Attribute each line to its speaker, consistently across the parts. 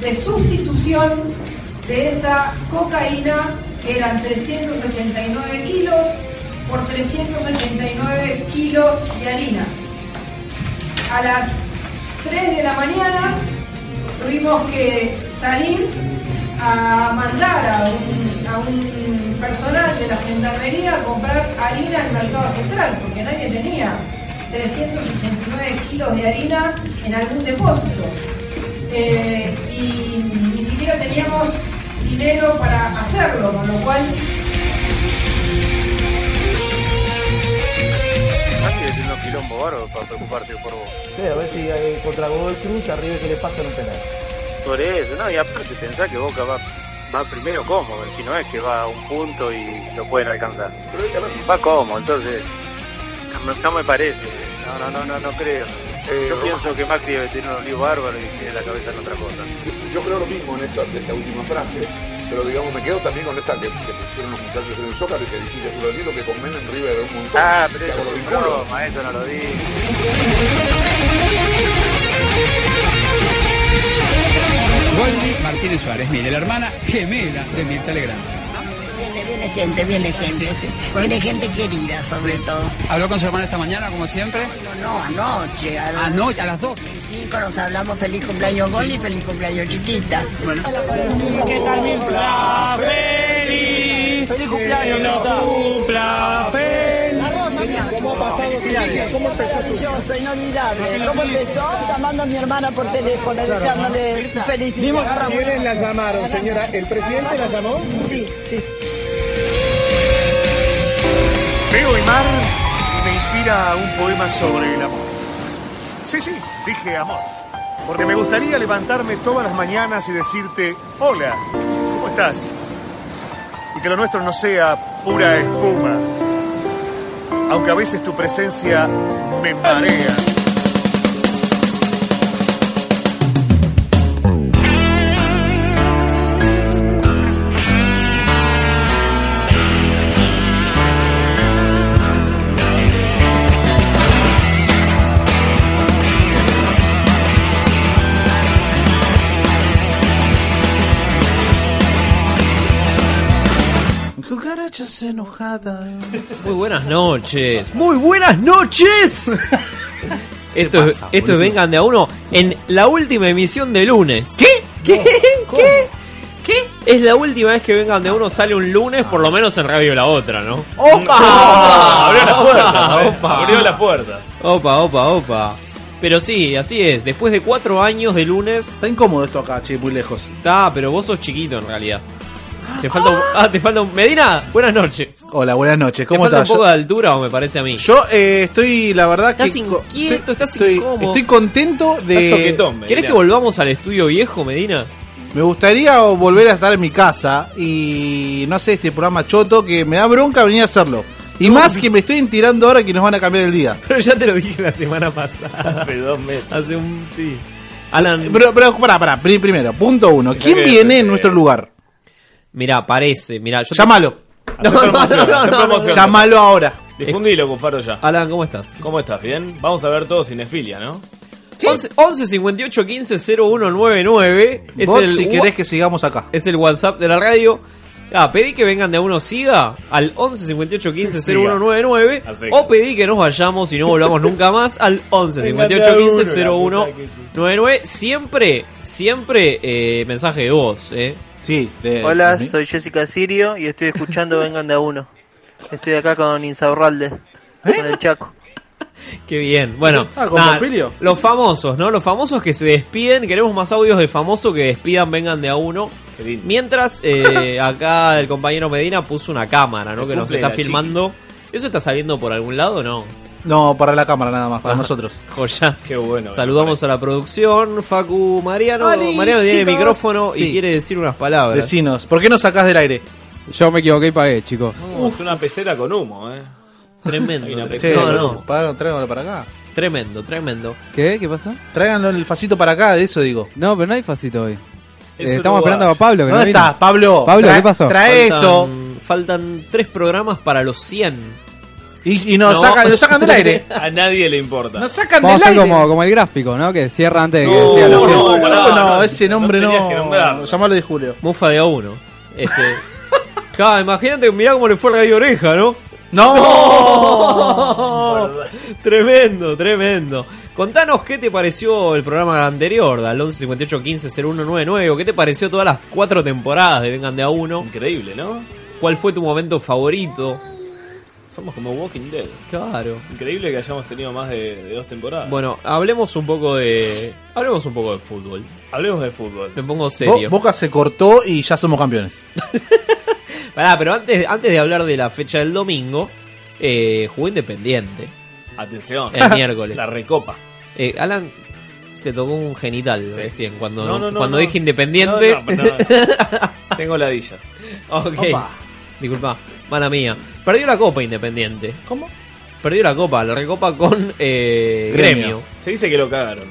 Speaker 1: de sustitución de esa cocaína, que eran 389 kilos, por 389 kilos de harina. A las 3 de la mañana tuvimos que salir a mandar a un, a un personal de la gendarmería a comprar harina en el mercado central, porque nadie tenía 369 kilos de harina en algún depósito. Eh, y ni siquiera teníamos dinero para hacerlo, con lo cual
Speaker 2: Más que decir un quilombo bárbaro para preocuparte por vos.
Speaker 3: Sí, a ver si eh, contra Godoy Cruz arriba que le pasan un penal.
Speaker 2: Por eso, ¿no? Y aparte pensá que Boca va, va primero cómodo, si no es que va a un punto y lo pueden alcanzar. Va cómodo, entonces no, me- no me parece. No, no, no, no, no creo.
Speaker 4: Eh,
Speaker 2: Yo
Speaker 4: Roma.
Speaker 2: pienso que Macri debe tener un lío bárbaro y tiene la cabeza en otra cosa.
Speaker 4: Yo creo lo mismo en esta, de esta última frase, pero digamos, me quedo también con esta que, que pusieron los muchachos en el Zócalo y que dice Julio Nilo que condenan River un montón.
Speaker 2: Ah, pero
Speaker 4: Que
Speaker 2: eso
Speaker 4: lo
Speaker 2: es un
Speaker 4: vinculo.
Speaker 2: broma, eso no lo dije.
Speaker 5: Goldie Martínez Suárez, mire, la hermana gemela de Mirta Legrand.
Speaker 6: Viene, viene gente, viene gente.
Speaker 5: Sí, sí.
Speaker 6: Viene gente querida, sobre todo.
Speaker 5: Habló con su hermana esta mañana, como siempre.
Speaker 6: No, no, anoche. A las
Speaker 5: Anoche, a las 2.
Speaker 6: cinco nos hablamos feliz cumpleaños Gol y feliz cumpleaños chiquita.
Speaker 5: Bueno,
Speaker 7: ¡Feliz cumpleaños, Nota! ¡Cumpla feliz!
Speaker 6: ¿Cómo empezó? Maravilloso, inolvidable. ¿Cómo empezó? Llamando a mi hermana por teléfono, deseándole feliz
Speaker 8: ¿Quiénes la llamaron, señora? ¿El presidente la llamó?
Speaker 6: Sí, sí.
Speaker 7: Veo y Mar me inspira un poema sobre el amor. Sí, sí, dije amor. Porque me gustaría levantarme todas las mañanas y decirte, hola, ¿cómo estás? Y que lo nuestro no sea pura espuma. Aunque a veces tu presencia me marea.
Speaker 8: Cucarachas enojadas.
Speaker 9: Muy buenas noches. Muy buenas noches. Esto, es, esto es Vengan de a uno en la última emisión de lunes. ¿Qué? ¿Qué? ¿Qué? ¿Qué? Es la última vez que Vengan de a uno sale un lunes, por lo menos en Radio La Otra, ¿no?
Speaker 10: ¡Opa!
Speaker 2: Ah,
Speaker 10: Abrió las puertas. ¿eh?
Speaker 9: Ah, Opa.
Speaker 10: Abrió las puertas.
Speaker 9: Opa, opa, opa. Pero sí, así es. Después de cuatro años de lunes,
Speaker 8: Está incómodo esto acá, che, muy lejos.
Speaker 9: está, pero vos sos chiquito en realidad. Te falta un, ah, te falta un- Medina, buenas noches.
Speaker 8: Hola, buenas noches.
Speaker 9: Te
Speaker 8: ¿Cómo
Speaker 9: falta
Speaker 8: estás?
Speaker 9: un poco
Speaker 8: Yo,
Speaker 9: de altura, o me parece a mí.
Speaker 8: yo, eh, estoy, la verdad que.
Speaker 9: Estás
Speaker 8: co-
Speaker 9: inquieto,
Speaker 8: estoy-
Speaker 9: estás
Speaker 8: estoy,
Speaker 9: incómodo.
Speaker 8: Estoy contento
Speaker 10: Estás
Speaker 8: de.
Speaker 10: toquetón,
Speaker 9: ¿Querés
Speaker 10: Medina.
Speaker 9: que volvamos al estudio viejo, Medina?
Speaker 8: Me gustaría volver a estar en mi casa y no sé, este programa choto que me da bronca venir a hacerlo. Y más que me estoy enterando ahora que nos van a cambiar el día.
Speaker 9: Pero ya te lo dije la semana pasada.
Speaker 10: Hace dos meses.
Speaker 9: Hace un. Sí. Alan.
Speaker 8: Pero, pero pará, pará, pri- primero, punto uno. ¿Quién
Speaker 10: que-
Speaker 8: viene en
Speaker 10: eh,
Speaker 8: nuestro lugar?
Speaker 9: Mirá, parece. Mirá, yo. te- Ah,
Speaker 8: Llámalo.
Speaker 9: No, no, no,
Speaker 10: promoción,
Speaker 9: no,
Speaker 10: hace
Speaker 9: no,
Speaker 10: promoción.
Speaker 9: no.
Speaker 8: Llámalo ahora.
Speaker 10: Difundilo, Cufaro, ya.
Speaker 9: Alan, ¿cómo estás?
Speaker 10: ¿Cómo estás? ¿Bien? Vamos a ver todo cinefilia, ¿no?
Speaker 9: 11, 11 58 15 0199. Es
Speaker 8: Vos,
Speaker 9: el,
Speaker 8: si
Speaker 9: wa-
Speaker 8: querés que sigamos acá.
Speaker 9: es el WhatsApp de la radio. Ah, pedí que vengan de a uno siga al 11 58 15 0199.
Speaker 10: Así.
Speaker 9: O pedí que nos vayamos y no volvamos nunca más al 11 58 15 0199. Siempre, siempre eh, mensaje de voz, eh.
Speaker 8: Sí. de-
Speaker 11: Hola,
Speaker 8: de mí.
Speaker 11: soy Jessica Sirio y estoy escuchando Vengan de a uno. Estoy acá con Insaurralde, con el Chaco.
Speaker 9: ¿Eh? Qué bien. Bueno,
Speaker 8: Ah, con
Speaker 9: nada,
Speaker 8: Pompilio.
Speaker 9: los famosos, ¿no? Los famosos que se despiden. Queremos más audios de famoso que despidan, vengan de a uno.
Speaker 10: Qué lindo.
Speaker 9: Mientras, eh, acá el compañero Medina puso una cámara, ¿no?
Speaker 10: El
Speaker 9: Que nos
Speaker 10: cumple
Speaker 9: está
Speaker 10: de la chiqui.
Speaker 9: filmando. ¿Eso está saliendo por algún lado o no?
Speaker 8: No, para la cámara nada más, para
Speaker 9: Ah.
Speaker 8: nosotros.
Speaker 9: Joya.
Speaker 10: Qué bueno.
Speaker 9: Saludamos a la producción, Facu Mariano.
Speaker 10: Ah,
Speaker 8: Hola,
Speaker 9: Mariano tiene
Speaker 8: chicos.
Speaker 9: micrófono y
Speaker 8: Sí.
Speaker 9: quiere decir unas palabras.
Speaker 8: Vecinos, ¿por qué nos sacás del aire?
Speaker 3: Yo me equivoqué y pagué, chicos.
Speaker 10: Oh, es una pecera con humo, ¿eh?
Speaker 9: Tremendo.
Speaker 10: Hay una
Speaker 8: Che,
Speaker 9: no, no.
Speaker 8: pa- tráiganlo para acá.
Speaker 9: Tremendo, tremendo.
Speaker 3: ¿Qué? ¿Qué pasó?
Speaker 8: Tráiganlo en el facito para acá, de eso digo.
Speaker 3: No, pero no hay facito hoy.
Speaker 10: Es
Speaker 3: Eh, estamos
Speaker 10: uruguayo.
Speaker 3: esperando a Pablo, que no
Speaker 8: ¿Dónde
Speaker 3: vino.
Speaker 8: estás, Pablo?
Speaker 3: Pablo,
Speaker 8: Trae-
Speaker 3: ¿qué pasó?
Speaker 8: Trae eso.
Speaker 9: Faltan- Faltan tres programas para los 100.
Speaker 8: Y, y nos sacan, nos sacan del aire.
Speaker 10: A nadie le importa.
Speaker 8: Nos sacan
Speaker 12: Vamos a
Speaker 8: del
Speaker 12: hacer
Speaker 8: aire.
Speaker 12: como, como el gráfico, ¿no? Que cierra antes de que
Speaker 8: No,
Speaker 12: siga la
Speaker 8: no,
Speaker 12: serie.
Speaker 8: no, no, ese nombre no. Llamalo de Julio.
Speaker 9: Mufa de A1. Este. Claro, imagínate, mirá cómo le fue el Radio Oreja, ¿no?
Speaker 8: ¡No!
Speaker 9: tremendo, tremendo. Contanos qué te pareció el programa anterior, al 11 58 15 0199, o qué te pareció todas las cuatro temporadas de Vengan de a uno.
Speaker 10: Increíble, ¿no?
Speaker 9: ¿Cuál fue tu momento favorito?
Speaker 10: Somos como Walking Dead.
Speaker 9: Claro.
Speaker 10: Increíble que hayamos tenido más de, de dos temporadas.
Speaker 9: Bueno, hablemos un poco de. Hablemos un poco de fútbol.
Speaker 10: Hablemos de fútbol.
Speaker 9: Me pongo serio.
Speaker 8: Bo- Boca se cortó y ya somos campeones.
Speaker 9: Pará, pero antes, antes de hablar de la fecha del domingo, eh, jugó Independiente.
Speaker 10: Atención.
Speaker 9: El miércoles.
Speaker 10: La recopa.
Speaker 9: Eh, Alan se tocó un genital recién cuando,
Speaker 10: No, no, no,
Speaker 9: cuando
Speaker 10: no.
Speaker 9: dije Independiente.
Speaker 10: No, no, no. Tengo ladillas.
Speaker 9: ok.
Speaker 10: Opa.
Speaker 9: Disculpa, mala mía. Perdió la copa Independiente.
Speaker 8: ¿Cómo?
Speaker 9: Perdió la copa, la recopa con eh, gremio.
Speaker 10: Se dice que lo cagaron.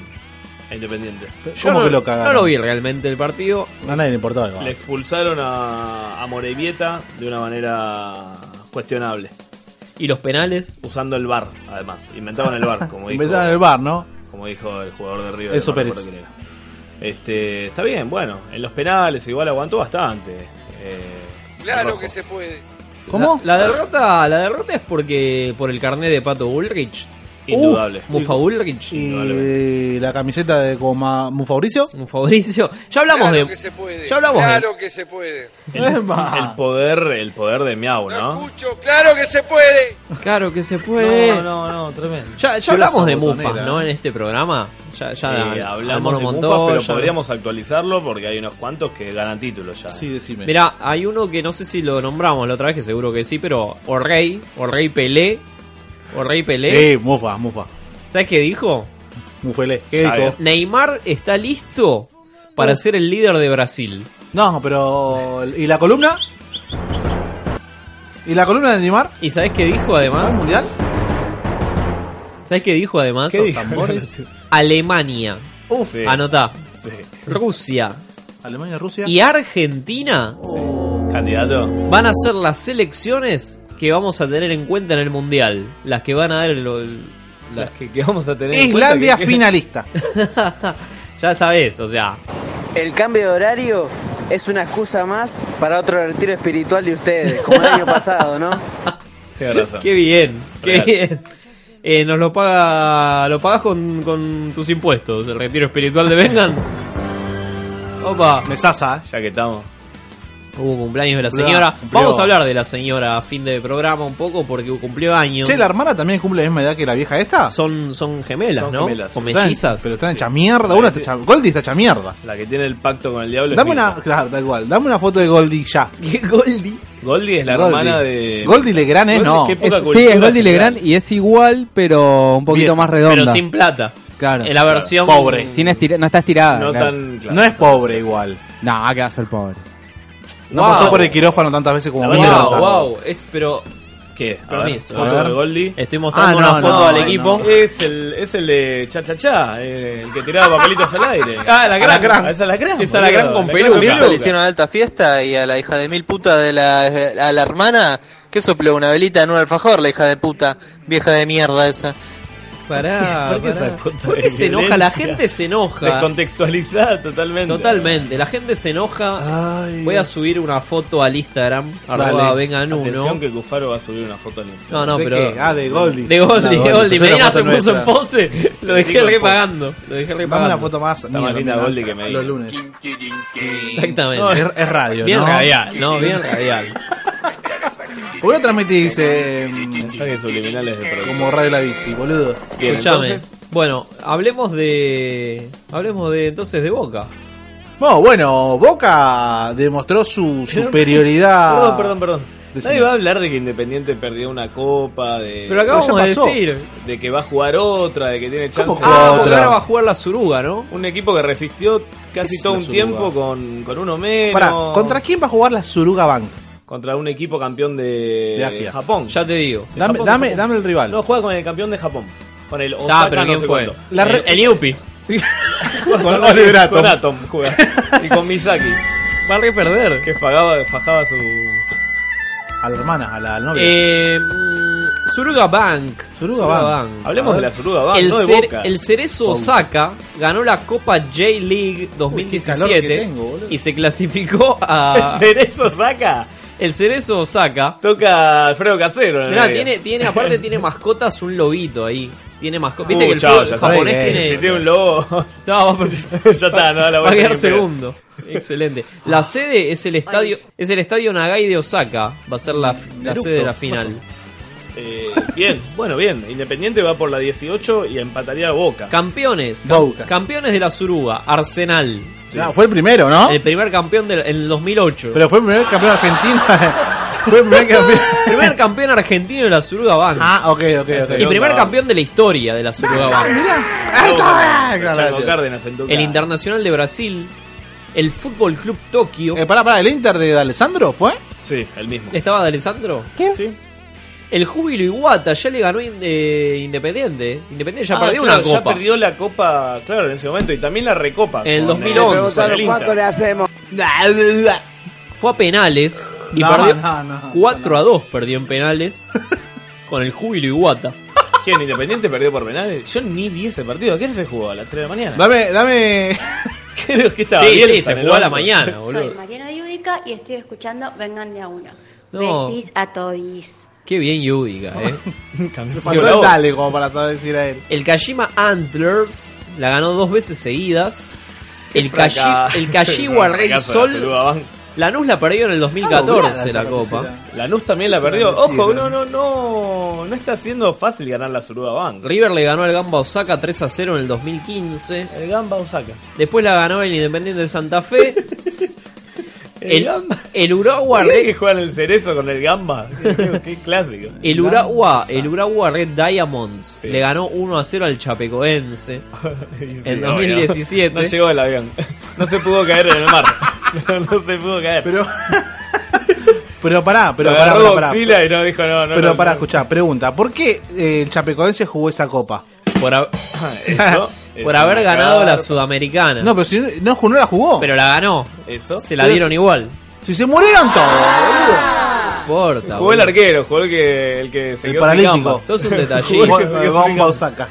Speaker 10: A Independiente.
Speaker 9: no,
Speaker 10: no-
Speaker 9: No lo vi realmente el partido.
Speaker 8: A nadie le importaba. el
Speaker 10: Le
Speaker 8: gol.
Speaker 10: expulsaron a, a Morevieta de una manera cuestionable.
Speaker 9: ¿Y los penales?
Speaker 10: Usando el bar, además. Inventaban el bar, como dijo,
Speaker 8: Inventaron el bar, ¿no?
Speaker 10: como dijo el jugador de River.
Speaker 8: Enzo
Speaker 10: no recuerdo
Speaker 8: Pérez.
Speaker 10: quién era. Este, está bien, bueno. En los penales igual aguantó bastante. eh, claro que se puede.
Speaker 9: ¿Cómo? La, la derrota, la derrota es porque por el carnet de Pato Bullrich.
Speaker 10: Indudable.
Speaker 9: Uf, Mufa Bullrich.
Speaker 8: Y la camiseta de como Mufauricio.
Speaker 9: Mufauricio. Ya hablamos de. Ya hablamos
Speaker 13: claro que se puede.
Speaker 10: El, el poder, el poder de Miau, ¿no?
Speaker 13: Mucho, claro que se puede.
Speaker 9: de. Claro que se puede.
Speaker 10: No, no, no, tremendo.
Speaker 9: Ya, ya
Speaker 10: Yo la
Speaker 9: hablamos de
Speaker 10: sabotonera.
Speaker 9: Mufa, ¿no? En este programa. Ya, ya
Speaker 10: Eh,
Speaker 9: armó
Speaker 10: hablamos
Speaker 9: un
Speaker 10: de
Speaker 9: montón,
Speaker 10: Mufa, pero
Speaker 9: ya-
Speaker 10: podríamos actualizarlo porque hay unos cuantos que ganan títulos ya. Sí,
Speaker 8: decime.
Speaker 9: Mirá, hay uno que no sé si lo nombramos la otra vez, que seguro que sí, pero Orrey, Orrey Pelé. Orrey Pelé.
Speaker 8: Sí, Mufa, Mufa.
Speaker 9: ¿Sabes qué dijo?
Speaker 8: Mufele. ¿Qué
Speaker 9: A ver.
Speaker 8: dijo?
Speaker 9: Neymar está listo para
Speaker 8: Uh.
Speaker 9: ser el líder de Brasil.
Speaker 8: No, pero. ¿Y la columna? ¿Y la columna de Neymar?
Speaker 9: ¿Y sabes qué dijo además?
Speaker 8: mundial?
Speaker 9: ¿Sabes qué dijo además?
Speaker 8: ¿Qué dijo? Tambores.
Speaker 9: Alemania.
Speaker 8: Uf. Sí.
Speaker 9: Anotá. Rusia.
Speaker 8: Alemania, Rusia.
Speaker 9: Y Argentina
Speaker 10: Candidato.
Speaker 9: van a ser las selecciones que vamos a tener en cuenta en el mundial. Las que van a dar el- el- la-
Speaker 10: Las que, que vamos a tener. en
Speaker 8: Islandia
Speaker 10: cuenta que-
Speaker 8: finalista.
Speaker 9: Ya sabes, o sea.
Speaker 14: El cambio de horario es una excusa más para otro retiro espiritual de ustedes, como el año pasado, ¿no?
Speaker 10: Tienes razón.
Speaker 9: qué bien, qué
Speaker 10: Real.
Speaker 9: bien. Eh, nos lo paga, lo pagas con, con tus impuestos, el retiro espiritual de Vengan. Opa.
Speaker 8: Me sasa. eh.
Speaker 10: Ya que estamos.
Speaker 9: Hubo cumpleaños de la
Speaker 8: Cumplió,
Speaker 9: señora.
Speaker 8: cumplió.
Speaker 9: Vamos a hablar de la señora a fin de programa un poco porque cumplió años.
Speaker 8: Che, la hermana también cumple la misma edad que la vieja esta.
Speaker 9: Son, son gemelas,
Speaker 10: Son
Speaker 9: ¿no?
Speaker 10: gemelas.
Speaker 9: Con
Speaker 8: Están-
Speaker 9: mellizas.
Speaker 8: pero están hecha mierda. Una está hecha, Goldie está hecha mierda.
Speaker 10: La que tiene el pacto con el diablo. es
Speaker 8: Dame
Speaker 10: Mirta.
Speaker 8: una, claro, tal cual. Dame una foto de Goldie ya.
Speaker 9: ¿Qué Goldie?
Speaker 10: Goldie es la
Speaker 8: Goldie.
Speaker 10: hermana de.
Speaker 8: Goldie Legrand, eh, no.
Speaker 10: qué poca
Speaker 12: Es- sí,
Speaker 10: cultura
Speaker 12: es Goldie
Speaker 10: general.
Speaker 12: Legrand y es igual, pero un poquito
Speaker 8: Vieja.
Speaker 12: más redonda.
Speaker 9: Pero sin plata.
Speaker 12: Claro.
Speaker 9: En la versión
Speaker 12: Sin estira- no está estirada.
Speaker 10: No
Speaker 12: claro.
Speaker 10: tan. claro.
Speaker 8: No es pobre igual.
Speaker 12: No, que va a ser pobre.
Speaker 8: No
Speaker 9: Wow.
Speaker 8: pasó por el quirófano tantas veces como
Speaker 10: La
Speaker 8: mí.
Speaker 10: verdad,
Speaker 9: Wow, wow, es pero
Speaker 10: ¿Qué? A
Speaker 9: Para
Speaker 10: ver,
Speaker 9: mí eso.
Speaker 10: foto
Speaker 8: A ver.
Speaker 10: de Goldie.
Speaker 9: estoy mostrando
Speaker 8: Ah, no,
Speaker 9: una foto
Speaker 8: no,
Speaker 9: al
Speaker 8: no.
Speaker 9: equipo.
Speaker 10: Es el, es el de cha cha cha, eh, el que tiraba papelitos al aire.
Speaker 9: Ah, la gran,
Speaker 10: gran. Esa es la gran.
Speaker 9: Esa la gran con peluca.
Speaker 10: peluca.
Speaker 11: Esto le hicieron alta fiesta y a la hija de mil puta de la, a la hermana que sopló una velita en un alfajor, la hija de puta, vieja de mierda esa.
Speaker 9: Pará,
Speaker 10: ¿Por qué
Speaker 9: pará.
Speaker 10: esa cuota
Speaker 9: ¿Por
Speaker 10: de
Speaker 9: qué se enoja? La
Speaker 10: violencia?
Speaker 9: gente se enoja.
Speaker 10: Descontextualizada totalmente.
Speaker 9: Totalmente, la gente se enoja. Voy a subir una foto al Instagram. Arroba vengan
Speaker 10: Atención
Speaker 9: uno.
Speaker 10: que Cufaro va a subir una foto al Instagram.
Speaker 9: No, no,
Speaker 8: ¿De
Speaker 9: pero.
Speaker 8: qué? Ah, de Goldie.
Speaker 9: De Goldie,
Speaker 8: La
Speaker 9: de Goldie.
Speaker 8: puso una
Speaker 9: Medina
Speaker 8: foto
Speaker 9: se puso en
Speaker 8: nuestra.
Speaker 9: pose. Lo dejé
Speaker 10: Digo, en
Speaker 9: repagando. Lo dejé
Speaker 8: Dame una
Speaker 9: repagando.
Speaker 8: foto más.
Speaker 10: Está más
Speaker 8: mierda,
Speaker 10: linda
Speaker 8: mira.
Speaker 10: Goldie que me
Speaker 8: Los lunes.
Speaker 9: Exactamente.
Speaker 10: No,
Speaker 8: Es, es radio,
Speaker 9: Bien
Speaker 8: ¿no?
Speaker 9: radial, no, bien radial.
Speaker 8: ¿Por qué no transmitís eh,
Speaker 10: Mensajes subliminales de producto.
Speaker 8: como radio la bici, boludo?
Speaker 10: Bien,
Speaker 9: Escuchame.
Speaker 10: entonces,
Speaker 9: Bueno, hablemos de. Hablemos de entonces de Boca.
Speaker 8: No, bueno, Boca demostró su superioridad.
Speaker 10: Perdón, Oh, perdón, perdón.
Speaker 8: Ah, Decime.
Speaker 10: Nadie va a hablar de que Independiente perdió una copa, de,
Speaker 9: Pero acabamos
Speaker 8: ya
Speaker 9: de
Speaker 8: pasó.
Speaker 9: decir.
Speaker 10: de que va a jugar otra, de que tiene chance.
Speaker 8: ¿Cómo
Speaker 10: de-
Speaker 9: Ah, porque
Speaker 8: Otra.
Speaker 9: ahora va a jugar la Suruga, ¿no?
Speaker 10: Un equipo que resistió casi
Speaker 8: Es
Speaker 10: todo
Speaker 8: la
Speaker 10: un
Speaker 8: suruga.
Speaker 10: tiempo con, con uno menos.
Speaker 8: Pará, ¿contra quién va a jugar la Suruga Bank?
Speaker 10: Contra un equipo campeón de,
Speaker 8: De Asia.
Speaker 10: Japón.
Speaker 9: Ya te digo.
Speaker 10: De
Speaker 8: Dame,
Speaker 10: Japón,
Speaker 8: dame,
Speaker 10: Japón.
Speaker 8: dame el rival.
Speaker 10: No, juega con el campeón de Japón. Con el Osaka,
Speaker 9: Ah, pero
Speaker 10: no
Speaker 9: ¿quién
Speaker 10: sé
Speaker 9: fue?
Speaker 10: cuánto.
Speaker 8: La re-
Speaker 9: El, el Iupi.
Speaker 10: Juega con,
Speaker 8: Oliver
Speaker 10: Atom.
Speaker 8: Atom.
Speaker 10: Con Atom juega. Y con Misaki.
Speaker 9: Va a reperder.
Speaker 10: Que fajaba, fajaba su...
Speaker 8: A la hermana, a la novia.
Speaker 9: Eh, mm, Suruga Bank.
Speaker 10: Suruga Bank. Hablemos de la Suruga Bank,
Speaker 9: El,
Speaker 10: no de
Speaker 9: cer-
Speaker 10: Boca.
Speaker 9: el Cerezo
Speaker 10: Boca.
Speaker 9: Osaka ganó la Copa J-League
Speaker 10: Uy, qué calor que
Speaker 9: 2017
Speaker 10: tengo, boludo.
Speaker 9: y se clasificó a.
Speaker 10: ¿El Cerezo Osaka?
Speaker 9: El Cerezo Osaka.
Speaker 10: Toca Alfredo Casero. en
Speaker 9: Mirá,
Speaker 10: el
Speaker 9: tiene,
Speaker 10: medio.
Speaker 9: tiene, aparte tiene mascotas un lobito ahí. Tiene mascotas.
Speaker 10: Uh,
Speaker 9: Viste que el
Speaker 10: chao,
Speaker 9: fútbol
Speaker 10: ya está.
Speaker 9: japonés
Speaker 10: Ey,
Speaker 9: tiene.
Speaker 10: si tiene un lobo.
Speaker 9: No, va-
Speaker 10: Ya está, no da la
Speaker 9: Va a quedar
Speaker 10: vuelta ni en pedo.
Speaker 9: segundo. Excelente. La sede es el estadio, es el estadio Nagai de Osaka. Va a ser la, la
Speaker 10: Naruto,
Speaker 9: sede de la
Speaker 10: pasó.
Speaker 9: final.
Speaker 10: Eh, bien, bueno, bien. Independiente va por la 18 y empataría a Boca.
Speaker 9: Campeones, cam- campeones de la Suruga, Arsenal.
Speaker 8: Ah, fue el primero, ¿no?
Speaker 9: El primer campeón del en el 2008.
Speaker 8: Pero fue el primer campeón argentino. fue el primer campeón.
Speaker 9: primer campeón argentino de la Suruga Bank.
Speaker 8: Ah, ok, ok, Ah, ok.
Speaker 9: Y primer campeón de la historia de la Suruga Bank.
Speaker 10: Chaco Cárdenas en
Speaker 9: El Internacional de Brasil, el Fútbol Club Tokio.
Speaker 8: Eh, pará, pará, ¿el Inter de Alessandro fue?
Speaker 10: Sí, el mismo.
Speaker 9: ¿Estaba de Alessandro?
Speaker 10: ¿Qué? Sí.
Speaker 9: El Júbilo Iguata ya le ganó in- eh, Independiente. Independiente ya
Speaker 10: Ah,
Speaker 9: perdió
Speaker 10: claro,
Speaker 9: una copa.
Speaker 10: Ya perdió la copa, claro, en ese momento. Y también la recopa.
Speaker 9: En el
Speaker 10: con,
Speaker 9: 2011.
Speaker 10: con el Inter.
Speaker 9: le hacemos? Fue a penales y
Speaker 10: No,
Speaker 9: perdió
Speaker 10: no, no,
Speaker 9: 4 a 2 perdió en penales con el Júbilo Iguata.
Speaker 10: ¿Quién? Independiente perdió por penales. Yo ni vi ese partido. ¿A qué hora se jugó? ¿A las 3 de la mañana?
Speaker 8: Dame, dame.
Speaker 10: Creo que estaba
Speaker 9: Sí,
Speaker 10: Bielsa
Speaker 9: sí, se
Speaker 10: en el
Speaker 9: jugó a la
Speaker 10: banco.
Speaker 9: mañana, boludo.
Speaker 15: Soy Mariana Yudica y estoy escuchando Venganle a una.
Speaker 9: No.
Speaker 15: Besis a todis.
Speaker 9: Qué bien Yudica, eh.
Speaker 8: Me faltó el dale como para saber decir a él.
Speaker 9: El Kajima Antlers la ganó dos veces seguidas. El,
Speaker 8: fracaso.
Speaker 9: Kashi, el Kashiwa
Speaker 10: Sí,
Speaker 9: Red
Speaker 10: fracaso de la
Speaker 9: Sol.
Speaker 10: Celuga Bank.
Speaker 9: Lanús la perdió en el 2014 la copa.
Speaker 10: Lanús también la perdió. Ojo, no, no, no. No está siendo fácil ganar la Suruga Bank.
Speaker 9: River le ganó al Gamba Osaka 3 a 0 en el 2015.
Speaker 10: El Gamba Osaka.
Speaker 9: Después la ganó el Independiente de Santa Fe.
Speaker 10: El
Speaker 9: el,
Speaker 10: Gamba.
Speaker 9: el Urawa
Speaker 10: ¿Sabés
Speaker 9: Red,
Speaker 10: que juegan el cerezo con el gamba? Qué- Qué clásico.
Speaker 9: el Urawa, el Urawa Red Diamonds le ganó 1 a 0 al Chapecoense
Speaker 10: Y sí,
Speaker 9: en
Speaker 10: obvio.
Speaker 9: 2017.
Speaker 10: No llegó el avión. No se pudo caer en el mar. No, no se pudo caer. Pero,
Speaker 8: Pero pará, pero
Speaker 10: Lo
Speaker 8: pará,
Speaker 10: agarró
Speaker 8: pará, pará.
Speaker 10: Godzilla y no dijo no, no.
Speaker 8: Pero
Speaker 10: no,
Speaker 8: pará,
Speaker 10: no.
Speaker 8: escuchá, pregunta. ¿Por qué eh, el Chapecoense jugó esa copa?
Speaker 9: Por, hab-
Speaker 10: Eso es
Speaker 9: por haber
Speaker 10: una
Speaker 9: ganado la
Speaker 10: carpa.
Speaker 9: Sudamericana.
Speaker 8: No, pero si no, no jugó- no la jugó.
Speaker 9: Eh. Pero la ganó.
Speaker 10: Eso.
Speaker 9: Se la dieron igual.
Speaker 8: Si se murieron todos, boludo.
Speaker 9: Ah. Importa,
Speaker 10: Jugó el
Speaker 9: boludo.
Speaker 10: arquero, jugó el que, el que se
Speaker 9: El
Speaker 10: quedó
Speaker 9: paralítico.
Speaker 10: sin gambas.
Speaker 9: Sos un detallista.
Speaker 10: Jugó el que se quedó sin
Speaker 8: Gamba
Speaker 10: gambas.
Speaker 8: Osaka.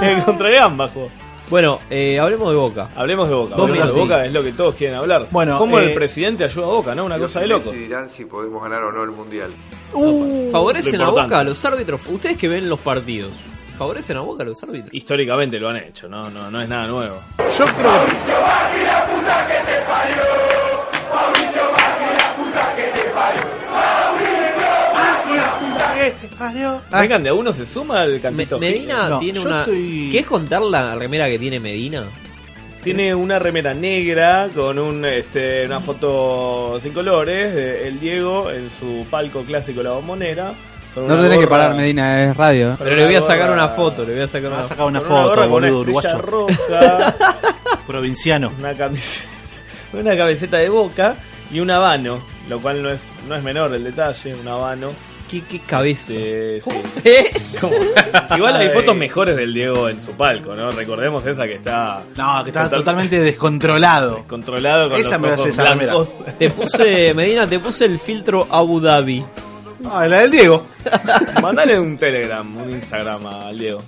Speaker 10: El contra gambas jugó.
Speaker 9: Bueno, eh, hablemos de Boca.
Speaker 10: Hablemos de Boca.
Speaker 9: Dos
Speaker 10: Hablemos de
Speaker 9: minutos.
Speaker 10: Boca es lo que todos quieren hablar.
Speaker 9: Bueno,
Speaker 10: ¿Cómo
Speaker 9: eh,
Speaker 10: el presidente ayuda a Boca, no? Una cosa de
Speaker 4: locos
Speaker 10: loco.
Speaker 4: dirán si podemos ganar o no el mundial.
Speaker 9: ¿Favorecen
Speaker 10: Lo
Speaker 9: a
Speaker 10: importante.
Speaker 9: Boca a los árbitros? Ustedes que ven los partidos, ¿favorecen a Boca a los árbitros?
Speaker 10: Históricamente lo han hecho, no, no, no es nada nuevo.
Speaker 8: Yo creo que.
Speaker 9: Ah.
Speaker 10: Vengan de a uno, se suma el cantito.
Speaker 9: Medina
Speaker 10: No,
Speaker 9: tiene
Speaker 10: yo
Speaker 9: una.
Speaker 10: estoy-
Speaker 9: ¿Quieres contar la remera que tiene Medina?
Speaker 10: Tiene una remera negra con un, este, una foto sin colores, de el Diego en su palco clásico La Bombonera. con
Speaker 12: No
Speaker 10: una
Speaker 12: tenés que
Speaker 10: gorra-
Speaker 12: parar, Medina, es radio.
Speaker 9: Pero le voy a
Speaker 10: gorra-
Speaker 9: sacar una foto, le voy a sacar una,
Speaker 8: sacar una
Speaker 10: con
Speaker 8: foto,
Speaker 10: gorra con
Speaker 8: boludo,
Speaker 10: una estrella
Speaker 8: uruguayo.
Speaker 10: roja,
Speaker 8: Provinciano.
Speaker 10: una camiseta, una camiseta de boca y un habano, lo cual no es, no es menor el detalle, un habano.
Speaker 9: ¿Qué, cabeza?
Speaker 10: Igual hay
Speaker 8: Ay.
Speaker 10: fotos mejores del Diego en su palco, ¿no? Recordemos esa que está...
Speaker 8: No, que estaba
Speaker 10: Total-
Speaker 8: totalmente descontrolado.
Speaker 10: Controlado con
Speaker 8: Esa
Speaker 10: los
Speaker 8: me va a hacer
Speaker 10: ojos
Speaker 8: esa remera.
Speaker 10: blancos.
Speaker 9: Te puse, Medina, te puse el filtro Abu Dhabi.
Speaker 8: Ah, la del Diego.
Speaker 10: Mandale un Telegram, un Instagram al Diego.